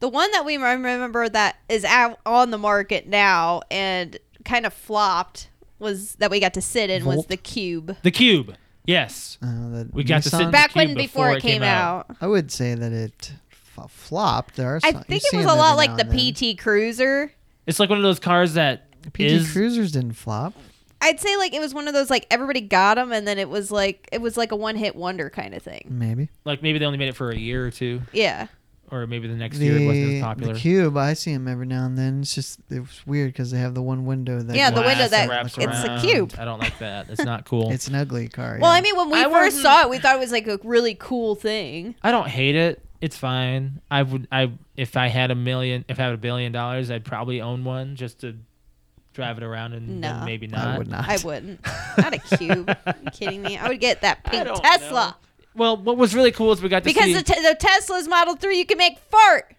the one that we rem- remember that is out on the market now and kind of flopped was that we got to sit in was Volt? the cube The Cube. Yes. Uh, that We got to sit Nissan- back- back when Cube before, it came, out. I would say that it f- flopped. There are. I some- you think it see was a them lot every like now the and then. PT Cruiser. It's like one of those cars that PT is- Cruisers didn't flop. I'd say like it was one of those like everybody got them and then it was like it was like a one hit wonder kind of thing. Maybe. like maybe they only made it for a year or two Yeah. or maybe the next the, year it wasn't as the popular. cube, I see them every now and then. It's just it's weird because they have the one window that Yeah, the Glass goes- window that- wraps it's a around. cube. I don't like that. That's not cool. *laughs* It's an ugly car. Well, yeah. I mean when we I first wasn't- saw it, we thought it was like a really cool thing. I don't hate it. It's fine. I would I if I had a million if I had a billion dollars, I'd probably own one just to drive it around and, No. and maybe not. I would not. I wouldn't. Not a cube. Are you kidding me? I would get that *laughs* I pink don't Tesla. know. Well, what was really cool is we got to Because see. the, te- the Tesla's Model 3, you can make fart.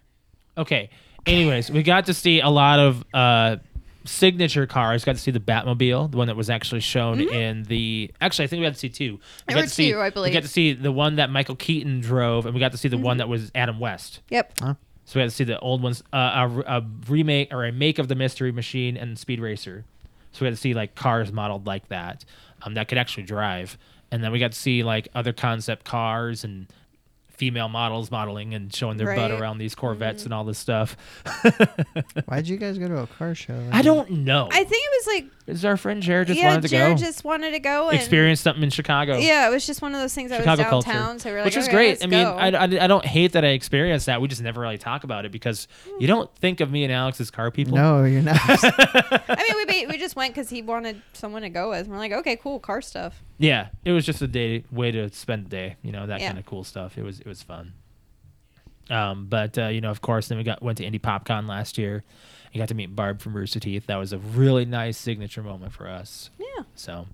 okay. Anyways, we got to see a lot of uh, signature cars. Got to see the Batmobile, the one that was actually shown in the. Actually, I think we got to see two. We Mm-hmm. There got were to see, two, I believe. Mm-hmm. We got to see the one that Michael Keaton drove, and we got to see the one that was Adam West. Yep. So we had to see the old ones, uh, a, a remake or a make of the Mystery Machine and Speed Racer. So we had to see like cars modeled like that, um, that could actually drive. And then we got to see like other concept cars and female models modeling and showing their butt Right. Mm-hmm. around these Corvettes and all this stuff. *laughs* Why'd you guys go to a car show? I don't know. I think it was like, Is our friend Jared just yeah, wanted to Jared go just wanted to go and. experience something in Chicago? Yeah, it was just one of those things. I was Chicago culture, downtown, so we were like, which was okay, great. let's I mean, go. I, I, I don't hate that I experienced that. We just never really talk about it because Hmm. you don't think of me and Alex as car people. *laughs* No, you're not. I mean, we ba- we just went because he wanted someone to go with. And we're like, okay, cool, car stuff. Yeah, it was just a day way to spend the day, you know, that Yeah. kind of cool stuff. It was it was fun. Um, but uh, you know, of course, then we got went to Indie PopCon last year. You got to meet Barb from Rooster Teeth. That was a really nice signature moment for us. Yeah. So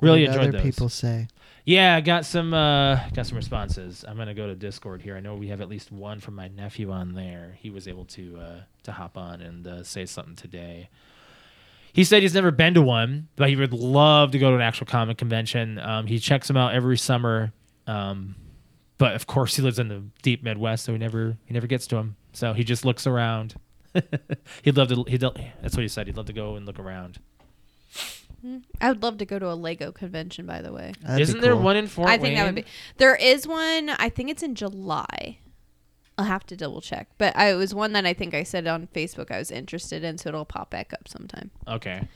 really What did enjoyed other those. people say. Yeah, I got some uh, got some responses. I'm gonna go to Discord here. I know we have at least one from my nephew on there. He was able to uh, to hop on and uh, say something today. He said he's never been to one, but he would love to go to an actual comic convention. Um, he checks them out every summer, um, but of course he lives in the deep Midwest, so he never he never gets to them. So he just looks around. *laughs* he'd love to. He'd, that's what he said. He'd love to go and look around. I would love to go to a Lego convention, by the way. That'd be Isn't there cool. one in Fort I think that would Wayne? be. There is one. I think it's in July. I'll have to double check, but I, it was one that I think I said on Facebook I was interested in, so it'll pop back up sometime. Okay,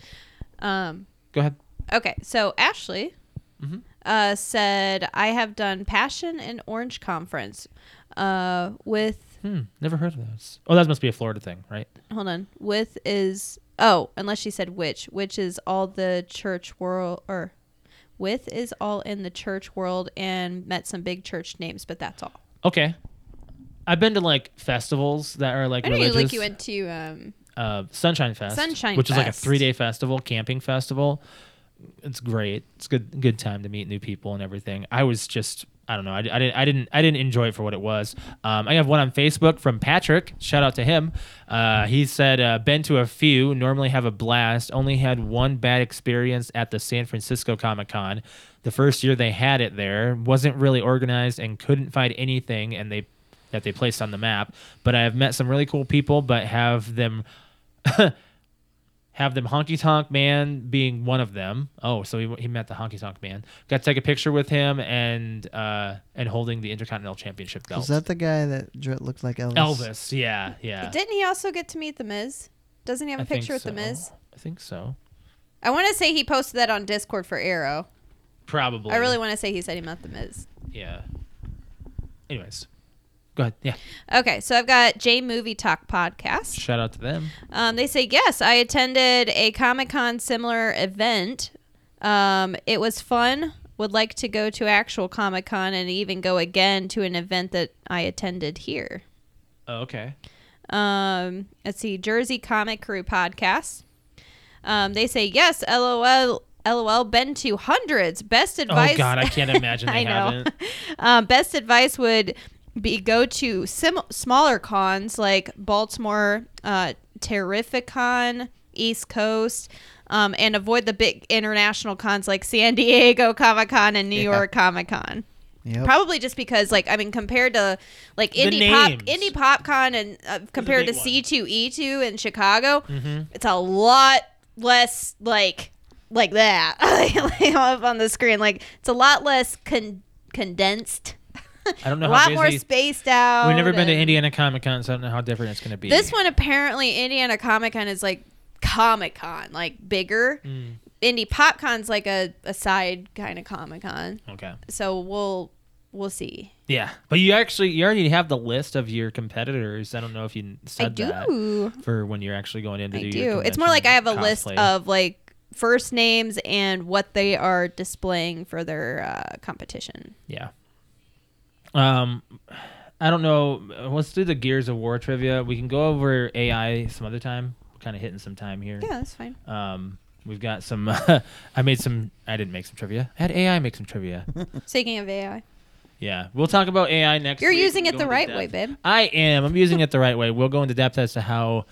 Um, go ahead. okay, so Ashley Mhm. uh, said I have done Passion and Orange Conference uh, with Hmm, never heard of those. Oh, that must be a Florida thing, right? hold on with is oh unless she said which which is all the church world or with is all in the church world and met some big church names but that's all Okay. I've been to like festivals that are like i know you religious. like you went to um uh, Sunshine Fest, Sunshine which is like a Fest. three-day festival, camping festival. It's great. It's good, good time to meet new people and everything. I was just, I don't know, I, I didn't, I didn't, I didn't enjoy it for what it was. Um, I have one on Facebook from Patrick. Shout out to him. Uh, he said, uh, "Been to a few. Normally have a blast. Only had one bad experience at the San Francisco Comic Con. The first year they had it there, wasn't really organized and couldn't find anything, and they." That they placed on the map, but I have met some really cool people, but have them have them honky tonk man being one of them. Oh, so he, he met the honky tonk man. Got to take a picture with him and uh and holding the intercontinental championship belt. Was that the guy that dr- looked like Elvis? Elvis? Yeah, yeah. didn't he also get to meet the miz doesn't he have Ah. a I think picture with the so. miz I think so. i want to say he posted that on discord for arrow Probably. i really want to say he said he met the miz Yeah. Anyways, go ahead. Yeah. okay so i've got j movie talk podcast Shout out to them. Um, they say, yes, I attended a Comic Con similar event. Um, it was fun. Would like to go to actual Comic Con and even go again to an event that I attended here. Oh, okay. Um, let's see, Jersey Comic Crew podcast. Um, they say, yes, LOL. LOL, been to hundreds. Best advice. Oh God, I can't *laughs* imagine they I know. haven't. Um, best advice would be go to sim- smaller cons like Baltimore, uh, Terrificon, East Coast, um, and avoid the big international cons like San Diego Comic Con and New Yeah. York Comic Con. Yep. Probably just because, like, I mean, compared to like The indie pop, names. indie popcon, and uh, compared to big one. C two E two in Chicago, Mhm. it's a lot less like like that *laughs* like, up on the screen. Like, it's a lot less con- condensed, I don't a know how lot busy. more spaced out. We've never been to and- Indiana Comic Con, so I don't know how different it's going to be. This one apparently Indiana Comic Con is like Comic Con, like bigger. Mm, Indie Pop Con's like a, a side kind of Comic Con. okay. So we'll we'll see. Yeah, but you actually you already have the list of your competitors. I don't know if you said I do. that for when you're actually going in to I do. do. Your It's more like I have a convention list cosplay. of like first names and what they are displaying for their uh, competition. yeah. Um, I don't know. Let's do the Gears of War trivia. We can go over AI some other time. We're kind of hitting some time here. Yeah, that's fine. Um, we've got some. *laughs* *laughs* I made some. I didn't make some trivia. I had AI make some trivia. Speaking of AI, Yeah, we'll talk about AI next. You're week. using We'll it go the into right depth. way, *laughs* babe. I am. I'm using it the right way. We'll go into depth as to how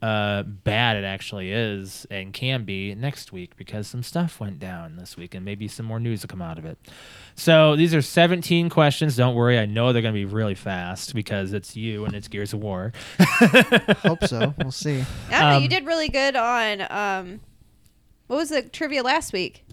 uh, bad it actually is and can be next week because some stuff went down this week and maybe some more news will come out of it. So these are 17 questions. Don't worry, I know they're going to be really fast because it's you and it's Gears of War. *laughs* Hope so. We'll see. I don't know. You Um, did really good on um, what was the trivia last week?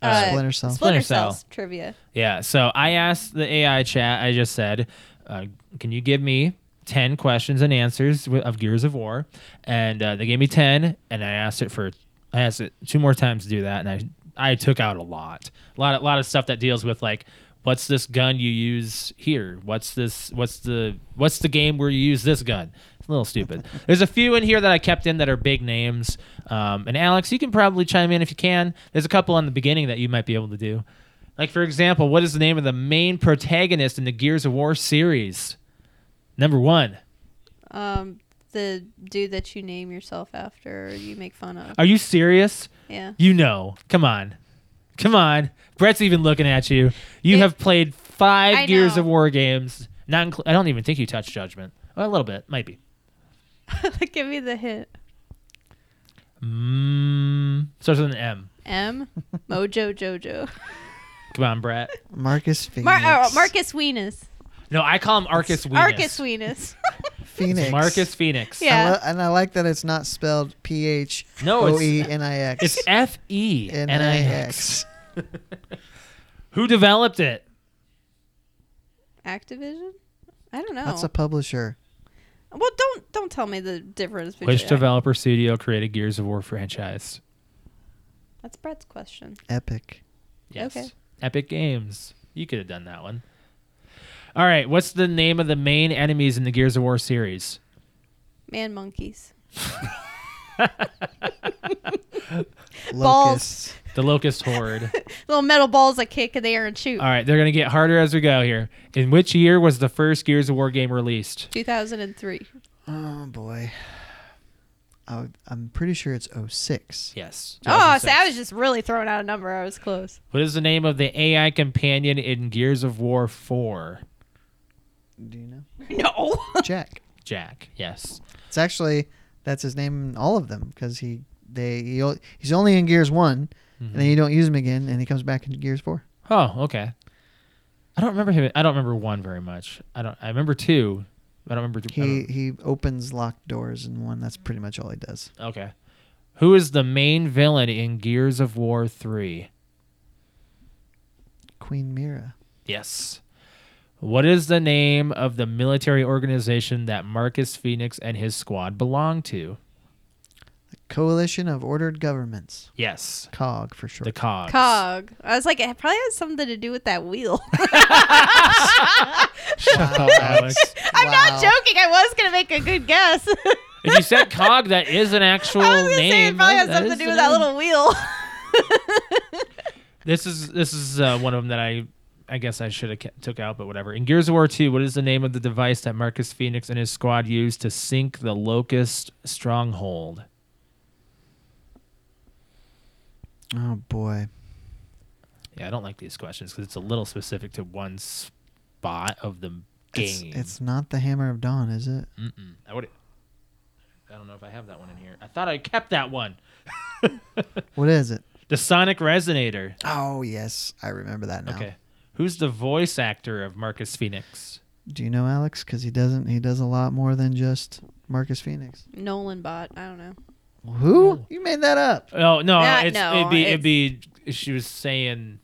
Uh, Splinter Cell. Splinter Splinter Cell. Cells trivia. Yeah. So I asked the AI chat. I just said, uh, "Can you give me ten questions and answers wi- of Gears of War?" And uh, they gave me ten, and I asked it for I asked it two more times to do that, and I I took out a lot, a lot, a lot of stuff that deals with like. What's this gun you use here? What's this? What's the? What's the game where you use this gun? It's a little stupid. There's a few in here that I kept in that are big names. Um, and Alex, you can probably chime in if you can. There's a couple on the beginning that you might be able to do. Like, for example, what is the name of the main protagonist in the Gears of War series? Number one. Um, the dude that you name yourself after, or you make fun of. Are you serious? Yeah. *laughs* You know. Come on. Come on. Brett's even looking at you. You It- have played five I Gears know. of War games. Not inclu- I don't even think you touched Judgment. Well, a little bit, might be. Give me the hint. Mm, starts with an M. M. Mojo Jojo. Come on, Brett. Marcus *laughs* Phoenix. Mar- oh, Marcus Weenus. No, I call him Arcus Weenus. Arcus Weenus. *laughs* Phoenix. Marcus Phoenix. Yeah. I lo- and I like that it's not spelled P H No, O it's- E N I X. It's F E N I X. Who developed it? Activision. I don't know. That's a publisher. well, don't don't tell me the difference between. Which developer studio created Gears of War franchise? That's Brett's question. Epic. Yes. Okay. Epic Games. You could have done that one. All right. What's the name of the main enemies in the Gears of War series? *laughs* Man monkeys. Balls. Locusts. The Locust Horde. Little metal balls I kick in the air and shoot. All right. They're going to get harder as we go here. In which year was the first Gears of War game released? 2003. Oh boy. *sighs* I, I'm pretty sure it's 06. Yes. Oh, 2006. so I was just really throwing out a number. I *laughs* was close. What is the name of the AI companion in Gears of War 4? Do you know? No. Jack. Jack. Yes. It's actually that's his name in all of them because he they he, o- he's only in Gears one, and Mm-hmm. then you don't use him again, and he comes back into Gears four. Oh, okay. I don't remember him. I don't remember one very much. I don't. I remember two. I don't remember. I He don't- he opens locked doors in one. That's pretty much all he does. Okay. Who is the main villain in Gears of War 3? Queen Mira. Yes. What is the name of the military organization that Marcus Phoenix and his squad belong to? Coalition of Ordered Governments. Yes. COG for short. The COGS. *laughs* Cog. I was like, it probably has something to do with that wheel. *laughs* *laughs* Shut up, Alex. I'm not joking. I was gonna make a good guess. *laughs* if you said COG, that is an actual I was gonna name. say it probably has That something is to do the with that name. little wheel. *laughs* This is this is uh, one of them that I I guess I should have ke- took out, but whatever. In Gears of War 2, what is the name of the device that Marcus Phoenix and his squad used to sink the Locust stronghold? Oh boy. Yeah, I don't like these questions because it's a little specific to one spot of the It's, game. it's not the Hammer of Dawn, is it? Mm-mm. I would. I don't know if I have that one in here. I thought I kept that one. What is it? The Sonic Resonator. Oh yes, I remember that now. Okay. Who's the voice actor of Marcus Phoenix? Do you know Alex? Because he doesn't. He does a lot more than just Marcus Phoenix. Nolan bot. I don't know. Who? You made that up. Oh no, That- it's, no, it'd be it'd be. She was saying.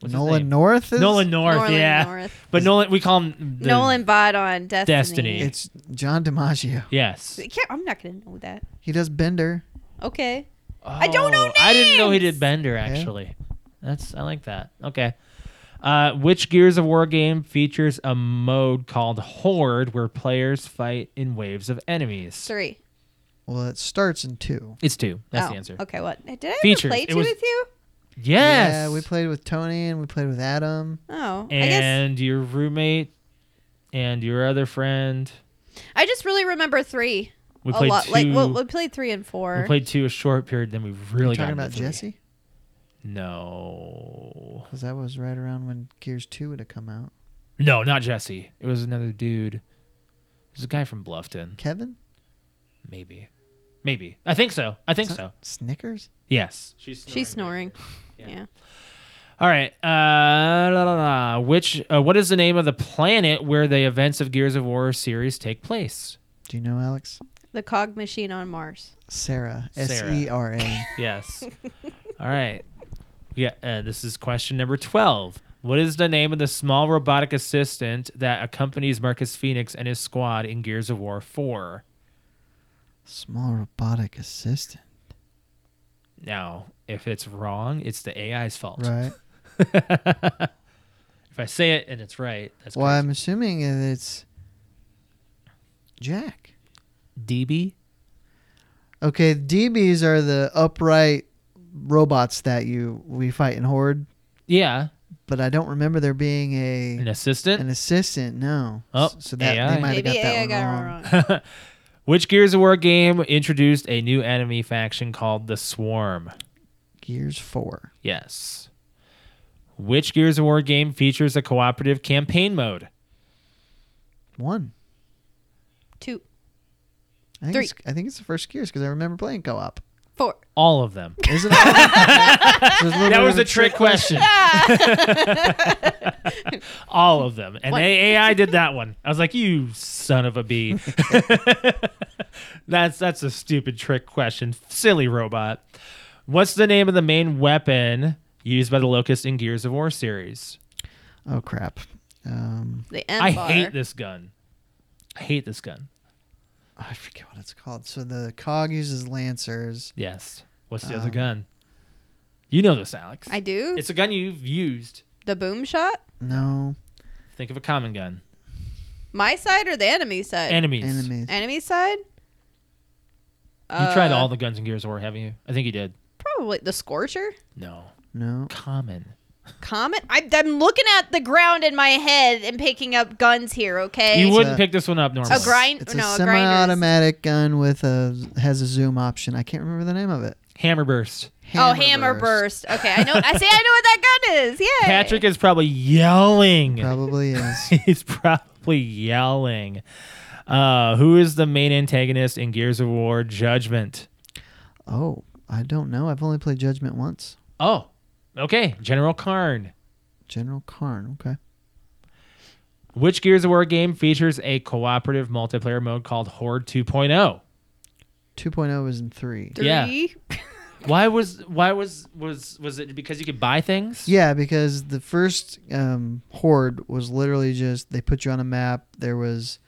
what's his Nolan name? North is Nolan North. Norlan yeah, North. but Nolan we call him the- Nolan bot on Destiny. Destiny. It's John DiMaggio. Yes. I can't- I'm not gonna know that. He does Bender. Okay. I don't know Oh, I didn't know he names! did Bender actually. That's I like that. Okay. Uh, which Gears of War game features a mode called Horde where players fight in waves of enemies? Three. Well, it starts in two. It's two. That's the Oh, answer. Okay. What? Did I ever Features. play It two was- with you? Yes. Yeah, we played with Tony and we played with Adam. Oh, I guess and your roommate and your other friend. I just really remember three We a played lot. two. Like well, we played three and four. we played two a short period, then we really Talking got into about three. Jesse. No. because that was right around when Gears Two would have come out. No, not Jesse. It was another dude. It was a guy from Bluffton. Kevin Maybe. Maybe. I think so. I think Is so. that Snickers. Yes. She's snoring. Yeah. Yeah. All right. Uh, la, la, la. Which? Uh, what is the name of the planet where the events of Gears of War series take place? Do you know Alex? The cog machine on Mars. Sarah. Sarah. S E R A. Yes. All right. Yeah. Uh, this is question number twelve. What is the name of the small robotic assistant that accompanies Marcus Phoenix and his squad in Gears of War Four? Small robotic assistant. Now, if it's wrong, it's the AI's fault. Right. *laughs* if I say it and it's right, that's Well, well, I'm assuming that it's Jack. DB. Okay, DBs are the upright robots that you we fight in Horde, Yeah, but I don't remember there being an a assistant. *laughs* an assistant. No. Oh, S- so that AI. they might have Maybe got that AI one got wrong. it wrong. Which Gears of War game introduced a new enemy faction called the Swarm? Gears Four. Yes. Which Gears of War game features a cooperative campaign mode? One. Two, I think Three. It's, I think it's the first Gears because I remember playing co-op. four. *laughs* All of *laughs* them. Is it? all- There's a little That bit was of a trick question. *laughs* All of them. And the What? AI did that one. I was like, you son of a *laughs* bee. *laughs* that's that's a stupid trick question. Silly robot. What's the name of the main weapon used by the Locust in Gears of War series? Oh crap. Um, The M I bar. hate this gun. I hate this gun. I forget what it's called. So the cog uses lancers. Yes. What's the Um, other gun? You know this, Alex. Oh. I do. it's a gun you've used. the boom shot. No Think of a common gun. My side or the enemy side? Enemies. enemies. Uh, Enemy side. Uh, You tried all the guns in Gears of War, haven't you? I think you did. Probably the scorcher. No. No. Common. Comet. I, I'm looking at the ground in my head and picking up guns here. Okay. You It's wouldn't a- pick this one up normally. A grind. It's no, a a grinder. semi-automatic gun with a has a zoom option. I can't remember the name of it. Hammer burst. oh, hammer burst. Okay, I know. I say I know what that gun is. Yeah. Patrick is probably yelling. Probably is. *laughs* He's probably yelling. Uh, who is the main antagonist in Gears of War Judgment? Oh, I don't know. I've only played Judgment once. Oh, okay. General Karn. General Karn. Okay. Which Gears of War game features a cooperative multiplayer mode called Horde oh? 2.0? 2.0 is in three. Yeah. Three. Why was why was was was it because you could buy things? Yeah, because the first um, horde was literally just they put you on a map. There was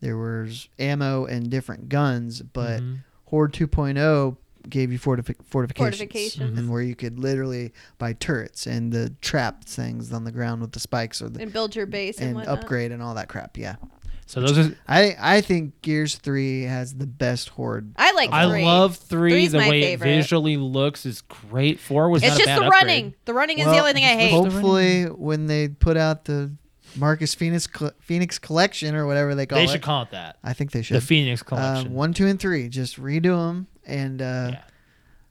there was ammo and different guns, but Mhm. horde 2.0 gave you fortifi- fortifications, Fortifications. and where you could literally buy turrets and the trapped things on the ground with the spikes or the And build your base and, and whatnot. upgrade and all that crap. Yeah, So those are I I think Gears Three has the best horde. I like. I three. love three. Three's the my way favorite. it visually looks is great. Four was It's not a just bad the upgrade. running. The running is the Well, only thing I hate. *laughs* hope- Hopefully, when they put out the Marcus Phoenix Cl- Phoenix Collection or whatever they call They it, should call it that. I think they The should. Phoenix um, collection. one, two, and three. Just redo them, and uh, Yeah.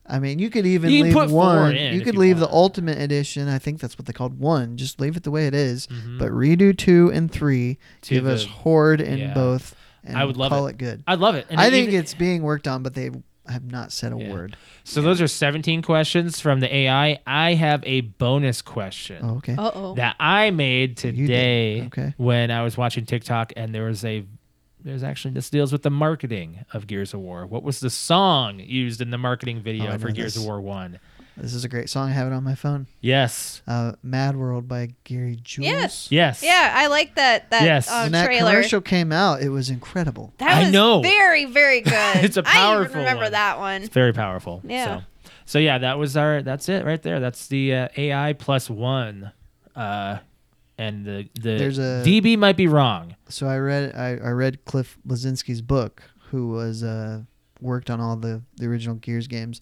I mean, you could even You can leave put four one. in you if could you leave want. the Ultimate Edition. I think that's what they called one. Just leave it the way it is, Mhm. but redo two and three. To give the- us Horde in yeah. both. And I would love call it, good. I love it. And I it think even- it's being worked on, but they have not said a Yeah. word. so. Those are 17 questions from the AI. I have a bonus question Oh, okay. Uh oh. that I made did. today Okay. when I was watching TikTok, and there was a there's actually this deals with the marketing of Gears of War. What was the song used in the marketing Oh, video I for know Gears this. of War One? This is a great song. I have it on my phone. Yes, Uh, Mad World by Gary Jules. Yes. yes, Yeah, I like that. That Yes. uh, When that trailer. commercial came out, it was incredible. That I was know. *laughs* Very, very good. It's a I powerful even remember one. that one. It's very powerful. Yeah. So, so yeah, that was our. That's it right there. That's the uh, AI plus one, uh, and the the There's a- DB might be wrong. So I read I, I read Cliff Blazinski's book, who was uh, worked on all the, the original Gears games,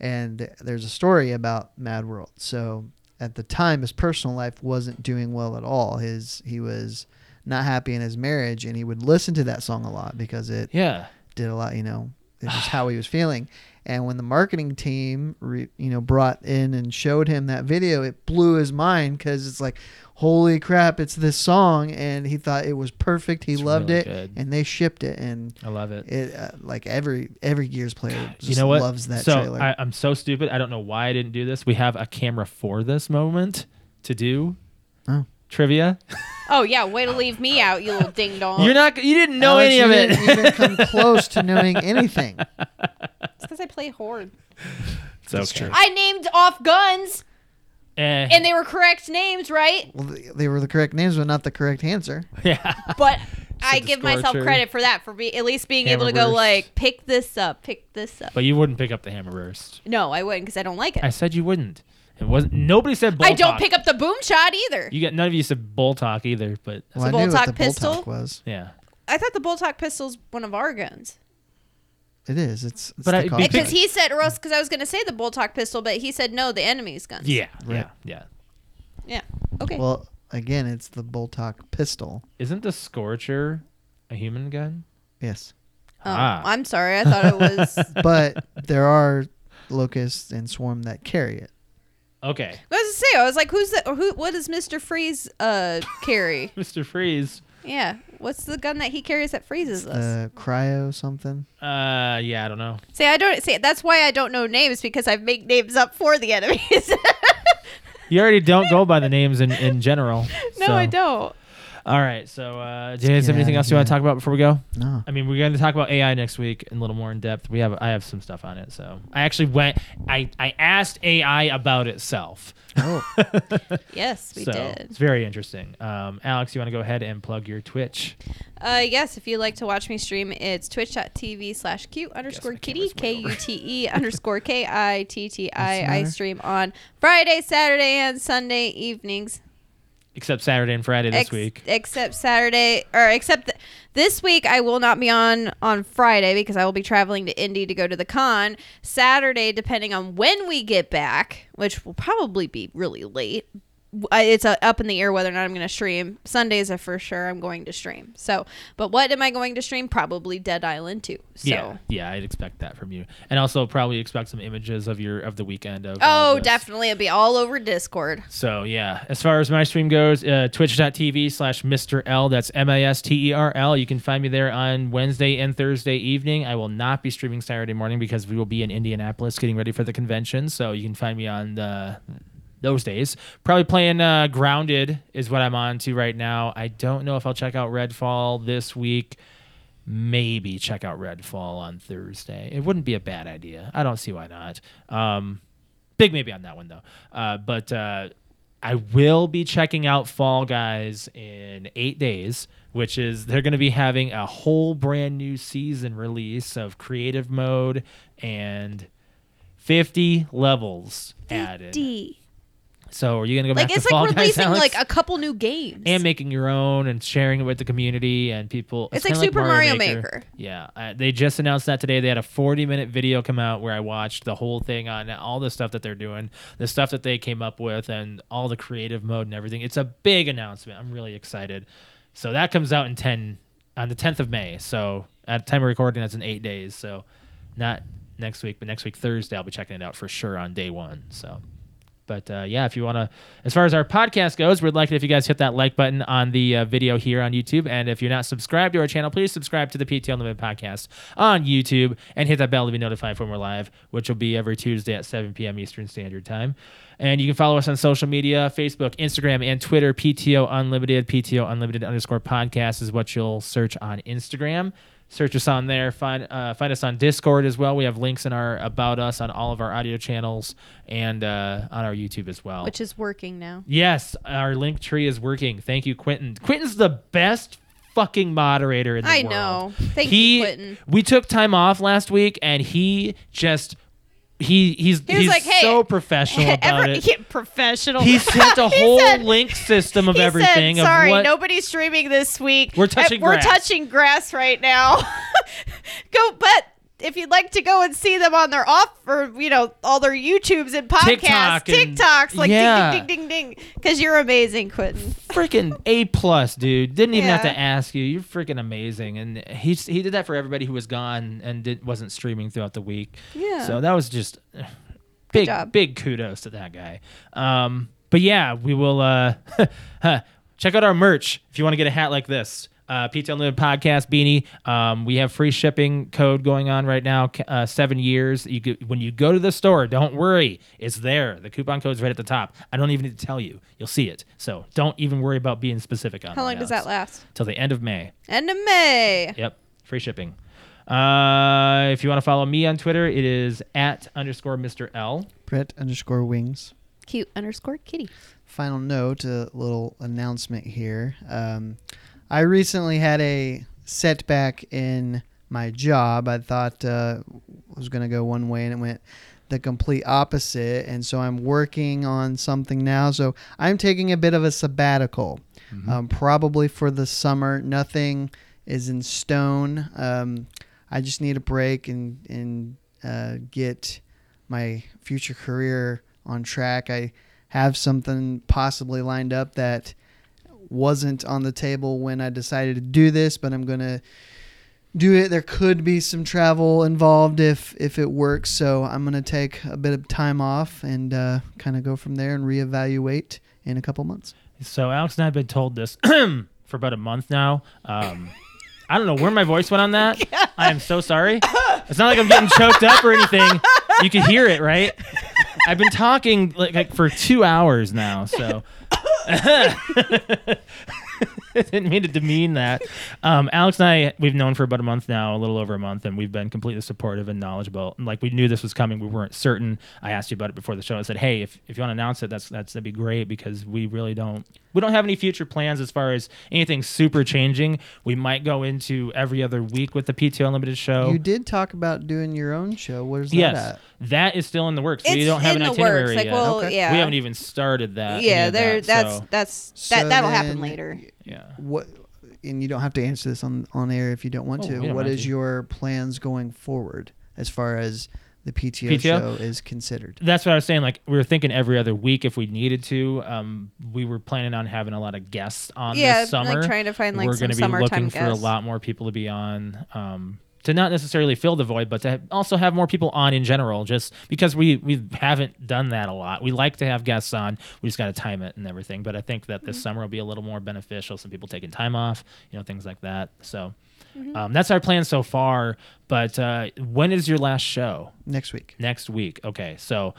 and th- there's a story about Mad World. So at the time, his personal life wasn't doing well at all. His he was not happy in his marriage, and he would listen to that song a lot because it Yeah. *sighs* did a lot. You know, it was how he was feeling, And when the marketing team, re, you know, brought in and showed him that video, it blew his mind because it's like, holy crap, it's this song, and he thought it was perfect. He It's loved really it, good. and they shipped it, and I love it. it uh, like every every Gears player just you know what? loves that so trailer. I, I'm so stupid. I don't know why I didn't do this. We have a camera for this moment to do Oh. *laughs* trivia. Oh yeah, way to leave me out, you little ding dong. You're not. You didn't know Alex, any you of it. *laughs* Didn't even come close to knowing anything. It's because I play horde. it's okay. true. I named off guns, Eh, and they were correct names, right? Well, they- they were the correct names, but not the correct answer. *laughs* yeah. But I the give myself scorcher. credit for that for be, at least being able to go Hammerverse. like pick this up, pick this up. But you wouldn't pick up the hammer burst. No, I wouldn't because I don't like it. I I, said you wouldn't. It wasn't. Nobody said. Bull don't talk. pick up the boom shot either. You got none of you said bull talk either. But Well, a I knew Boltoc what the pistol? Boltoc was. yeah. I thought the bulltock pistol's one of our guns. It is. It's, it's But I- the call. because Because he said, or else, because I was going to say the bulltock pistol, but he said no, the enemy's guns. Yeah. Yeah. Right. Yeah. Yeah. Okay. Well, again, it's the Boltoc pistol. Isn't the scorcher a human gun? Yes, Oh, ah. I'm sorry. I thought it *laughs* was. I *laughs* but there are locusts and swarm that carry it. Okay, was gonna say, I was like, who's the, who, what does Mr. Freeze uh, carry? Mr. Freeze. yeah. What's the gun that he carries that freezes us? The Uh, cryo something. Uh, yeah. I don't know. See, I don't see. That's why I don't know names because I make names up for the enemies. *laughs* You already don't go by the names in, in general. *laughs* no, so. I don't. All right. So, uh, do you guys get have anything outta else you want to here. talk about before we go? No. I mean, we're going to talk about AI next week in a little more in depth. We have I have some stuff on it. So I actually went. I I asked AI about itself. *laughs* Oh, Yes, we so did. it's very interesting. Um, Alex, you want to go ahead and plug your Twitch? Uh, yes, if you'd like to watch me stream, it's twitch.tv slash cute underscore my kitty, camera's way K U T *laughs* E underscore K I T T What's the I. I matter? stream on Friday, Saturday, and Sunday evenings. Except Saturday and Friday this Ex- week. Except Saturday, or except th- this week, I will not be on on Friday because I will be traveling to Indy to go to the con. Saturday, depending on when we get back, which will probably be really late. w- I- It's uh, up in the air whether or not I'm going to stream. Sundays are for sure I'm going to stream. So, but what am I going to stream? Probably Dead Island 2. So. Yeah, yeah, I'd expect that from you, and also probably expect some images of your of the weekend of. all Oh, this. definitely. It'll be all over Discord. So yeah, as far as my stream goes, uh, twitch.tv slash Mr. L. That's M I S T E R L. You can find me there on Wednesday and Thursday evening. I will not be streaming Saturday morning because we will be in Indianapolis getting ready for the convention. So you can find me on uh those days. Probably playing uh, Grounded is what I'm on to right now. I don't know if I'll check out Redfall this week. Maybe check out Redfall on Thursday. It wouldn't be a bad idea. I don't see why not. Um, big maybe on that one though. Uh, but uh, I will be checking out Fall Guys in eight days, which is they're going to be having a whole brand new season release of creative mode and 50 levels added. D. So are you going to go Like back it's to Fall like Guys, releasing Alex? like a couple new games. and making your own and sharing it with the community and people. It's like kinda Super Mario Maker. Yeah, uh, they just announced that today. They had a 40 minute video come out where I watched the whole thing on all the stuff that they're doing, the stuff that they came up with, and all the creative mode and everything. It's a big announcement. I'm really excited. So that comes out in 10 on the 10th of May. So at the time of recording, that's in eight days. So not next week, but next week Thursday, I'll be checking it out for sure on day one. So. But uh, yeah, if you want to, as far as our podcast goes, we'd like it if you guys hit that like button on the uh, video here on YouTube. And if you're not subscribed to our channel, please subscribe to the PT Unlimited podcast on YouTube and hit that bell to be notified when we're live, which will be every Tuesday at 7 p.m. Eastern Standard Time. And you can follow us on social media Facebook, Instagram, and Twitter. PTO Unlimited, PTO Unlimited underscore podcast is what you'll search on Instagram search us on there find uh, find us on discord as well we have links in our about us on all of our audio channels and uh, on our youtube as well which is working now. yes our link tree is working thank you quentin quentin's the best fucking moderator in the I world know. Thank he, you, Quentin. we took time off last week and he just he he's was he's like, "Hey, so professional about *laughs* Every- it yeah, professional. he sent a *laughs* He whole said- link system of he everything Said, Sorry, of what nobody's streaming this week. We're touching Uh, We're grass." touching grass right now. *laughs* Go, but if you'd like to go and see them on their off or you know all their YouTubes and podcasts, TikTok and- TikToks, like Yeah. ding ding ding ding ding, because you're amazing, Quentin. freaking A plus, dude. Didn't even have Yeah. to ask you. You're freaking amazing. And he he did that for everybody who was gone and did, wasn't streaming throughout the week. Yeah. So that was just big job. big kudos to that guy. Um, but yeah, we will uh, *laughs* check out our merch if you want to get a hat like this. Uh, Pizza Unlimited podcast beanie. Um, we have free shipping code going on right now. ca- Uh, seven years. You could, when you go to the store, don't worry, it's there. The coupon code's right at the top. I don't even need to tell you. You'll see it. So don't even worry about being specific on. How long does that last? Till the end of May. End of May. Yep. Free shipping. Uh, if you want to follow me on Twitter, it is at underscore Mr. L. Brett underscore wings. Cute underscore kitty. Final note, a little announcement here. Um, I recently had a setback in my job. I thought uh, was going to go one way, and it went the complete opposite. And so I'm working on something now. So I'm taking a bit of a sabbatical, um, probably for the summer. Nothing is in stone. Um, I just need a break and and uh, get my future career on track. I have something possibly lined up that wasn't on the table when I decided to do this, but I'm gonna do it. There could be some travel involved if if it works, so I'm gonna take a bit of time off and uh, kind of go from there and reevaluate in a couple months. So Alex and I have been told this *clears throat* for about a month now. Um, I don't know where my voice went on that. I am so sorry. It's not like I'm getting choked up or anything. You can hear it, right? I've been talking like, like for two hours now, so *laughs* didn't mean to demean that. Um, Alex and I, we've known for about a month now, a little over a month, and we've been completely supportive and knowledgeable. And, Like we knew this was coming, we weren't certain. I asked you about it before the show. I said, "Hey, if, if you want to announce it, that's that's that'd be great because we really don't we don't have any future plans as far as anything super changing. We might go into every other week with the PTO Unlimited show. You did talk about doing your own show. Where's yes, that at? that is still in the works. we It's don't have in an the itinerary works. Like, yet. well, Okay. yeah. we haven't even started that. any yeah, of there. that, that's so, that's that. So that'll happen then- later. yeah. What? And you don't have to answer this on on air if you don't want Oh, we to. don't What have is to. your plans going forward as far as the PTO, PTO? show is considered? that's what I was saying. Like we were thinking every other week if we needed to. Um, we were planning on having a lot of guests on Yeah, this summer. like trying to find, like, we're some gonna be summertime looking for a guests. lot more people to be on. Um, to not necessarily fill the void, but to ha- also have more people on in general, just because we we haven't done that a lot. We like to have guests on. We just got to time it and everything. But I think that Mm-hmm. this summer will be a little more beneficial. Some people taking time off, you know, things like that. So. Mm-hmm. Um, that's our plan so far. But uh, when is your last show? Next week. next week. Okay, so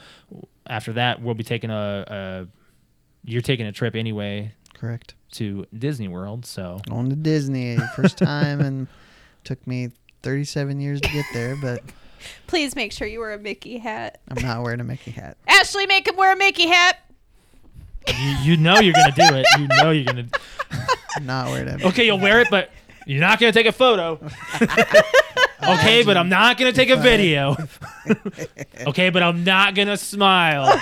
after that, we'll be taking a, a you're taking a trip anyway Correct. to Disney World. So on to Disney first time and *laughs* took me 37 years to get there, but Please make sure you wear a Mickey hat. I'm not wearing a Mickey hat. Ashley, make him wear a Mickey hat. you, you know you're gonna do it. You know you're gonna. I'm not wearing a Okay, you'll wear it, but you're not gonna take a photo. *laughs* okay, but I'm not gonna take a video. *laughs* okay, but I'm not gonna *laughs* smile.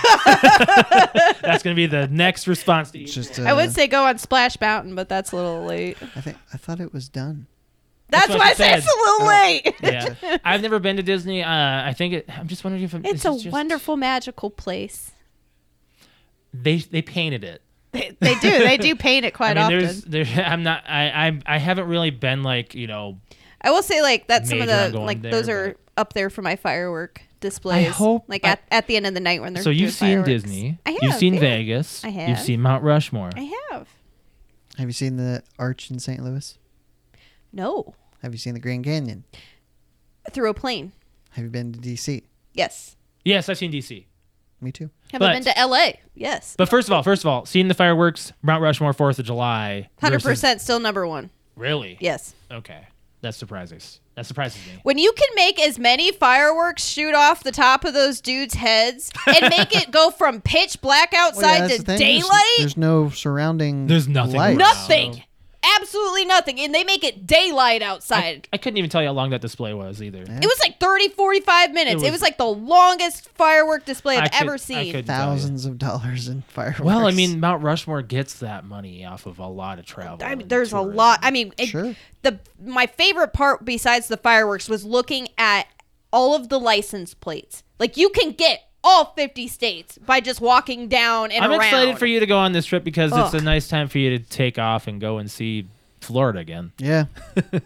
That's gonna be the next response to It's each. just I would uh, say go on Splash Mountain, but that's a little late. I think I thought it was done. *laughs* That's, what why I she say it's said. Oh. a little late. *laughs* yeah, I've never been to Disney. Uh, I think it, I'm just wondering if I'm, It's is a it just- wonderful, magical place. They they painted it. They, *laughs* they do. They do paint it *laughs* quite I mean, often. there's, *laughs* there, I'm not, I, I'm, I haven't really been like, you know, I will say, like that's some of Major the on going like there, those are up there for my firework displays. hope- like I- at, at the end of the night when they're so doing you've seen fireworks. Disney, I have, you've seen yeah. Vegas, I you've have. seen Mount Rushmore. I have Have you seen the arch in St. Louis? no Have you seen the Grand Canyon? through a plane. Have you been to DC? Yes. Yes, I've seen DC. Me too. Have But- I been to L.A.? Yes. But first of all, first of all, seeing the fireworks, Mount Rushmore, Fourth of July, Hundred versus- percent, still number one. Really? Yes. Okay, that surprises. That surprises me. When you can make as many fireworks shoot off the top of those dudes' heads and make it go from pitch black Well, Oh, yeah, outside that's to the thing. There's- daylight, There's, no surrounding. There's nothing around. lights. nothing. Absolutely nothing. And they make it daylight outside. I couldn't even tell you how long that display was either. It was like 30, 45 minutes. It was, was- like the longest firework display I I've could- ever I seen. couldn't tell you. Thousands of dollars in fireworks. Well, I mean, Mount Rushmore gets that money off of a lot of travel. I mean, and there's a tourism. lot. I mean, it, Oh, Sure. the my favorite part besides the fireworks was looking at all of the license plates. Like you can get all 50 states by just walking down and I'm around. excited for you to go on this trip because it's Ugh. a nice time for you to take off and go and see Florida again. *laughs* Yeah.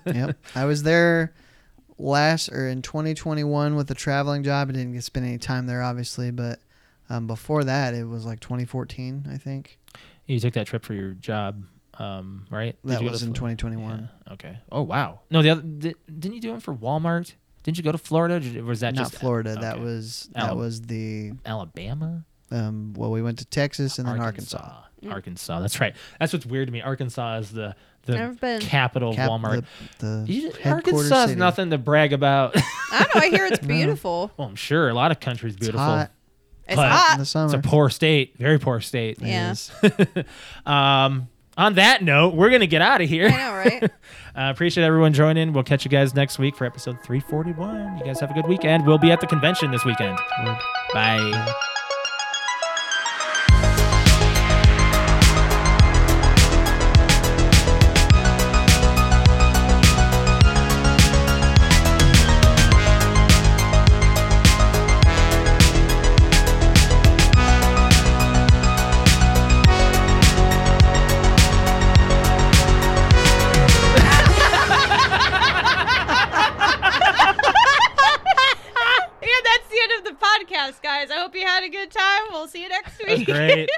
yep. I was there last or in 2021 with a traveling job. I didn't get spend any time there, obviously, but um, before that, it was like 2014, I think. You took that trip for your job, um, right? Did That you go to was in Florida? 2021. Yeah, Okay. Oh wow. No, the other di- didn't you do it for Walmart? Didn't you go to Florida? Or was that Not just Florida. That okay. was that Alabama. was the Alabama um, well, we went to Texas and then Arkansas. Arkansas. Mm. Arkansas. That's right. That's what's weird to me. Arkansas is the Never the been. capital Cap- of Walmart. The, the You- headquarters Arkansas is city. nothing to brag about. *laughs* I don't know. I hear *laughs* it's beautiful. well, I'm sure a lot of countries It's beautiful. hot It's But- in the hot. It's summer. a poor state, very poor state. It Yeah. is. *laughs* Um, on that note, we're gonna get out of here. I know, *laughs* right? *laughs* Uh, appreciate everyone joining. We'll catch you guys next week for episode 341. You guys have a good weekend. We'll be at the convention this weekend. Word. Bye. yeah, that's the end of the podcast, guys. I hope you had a good time. We'll see you next That was week. great.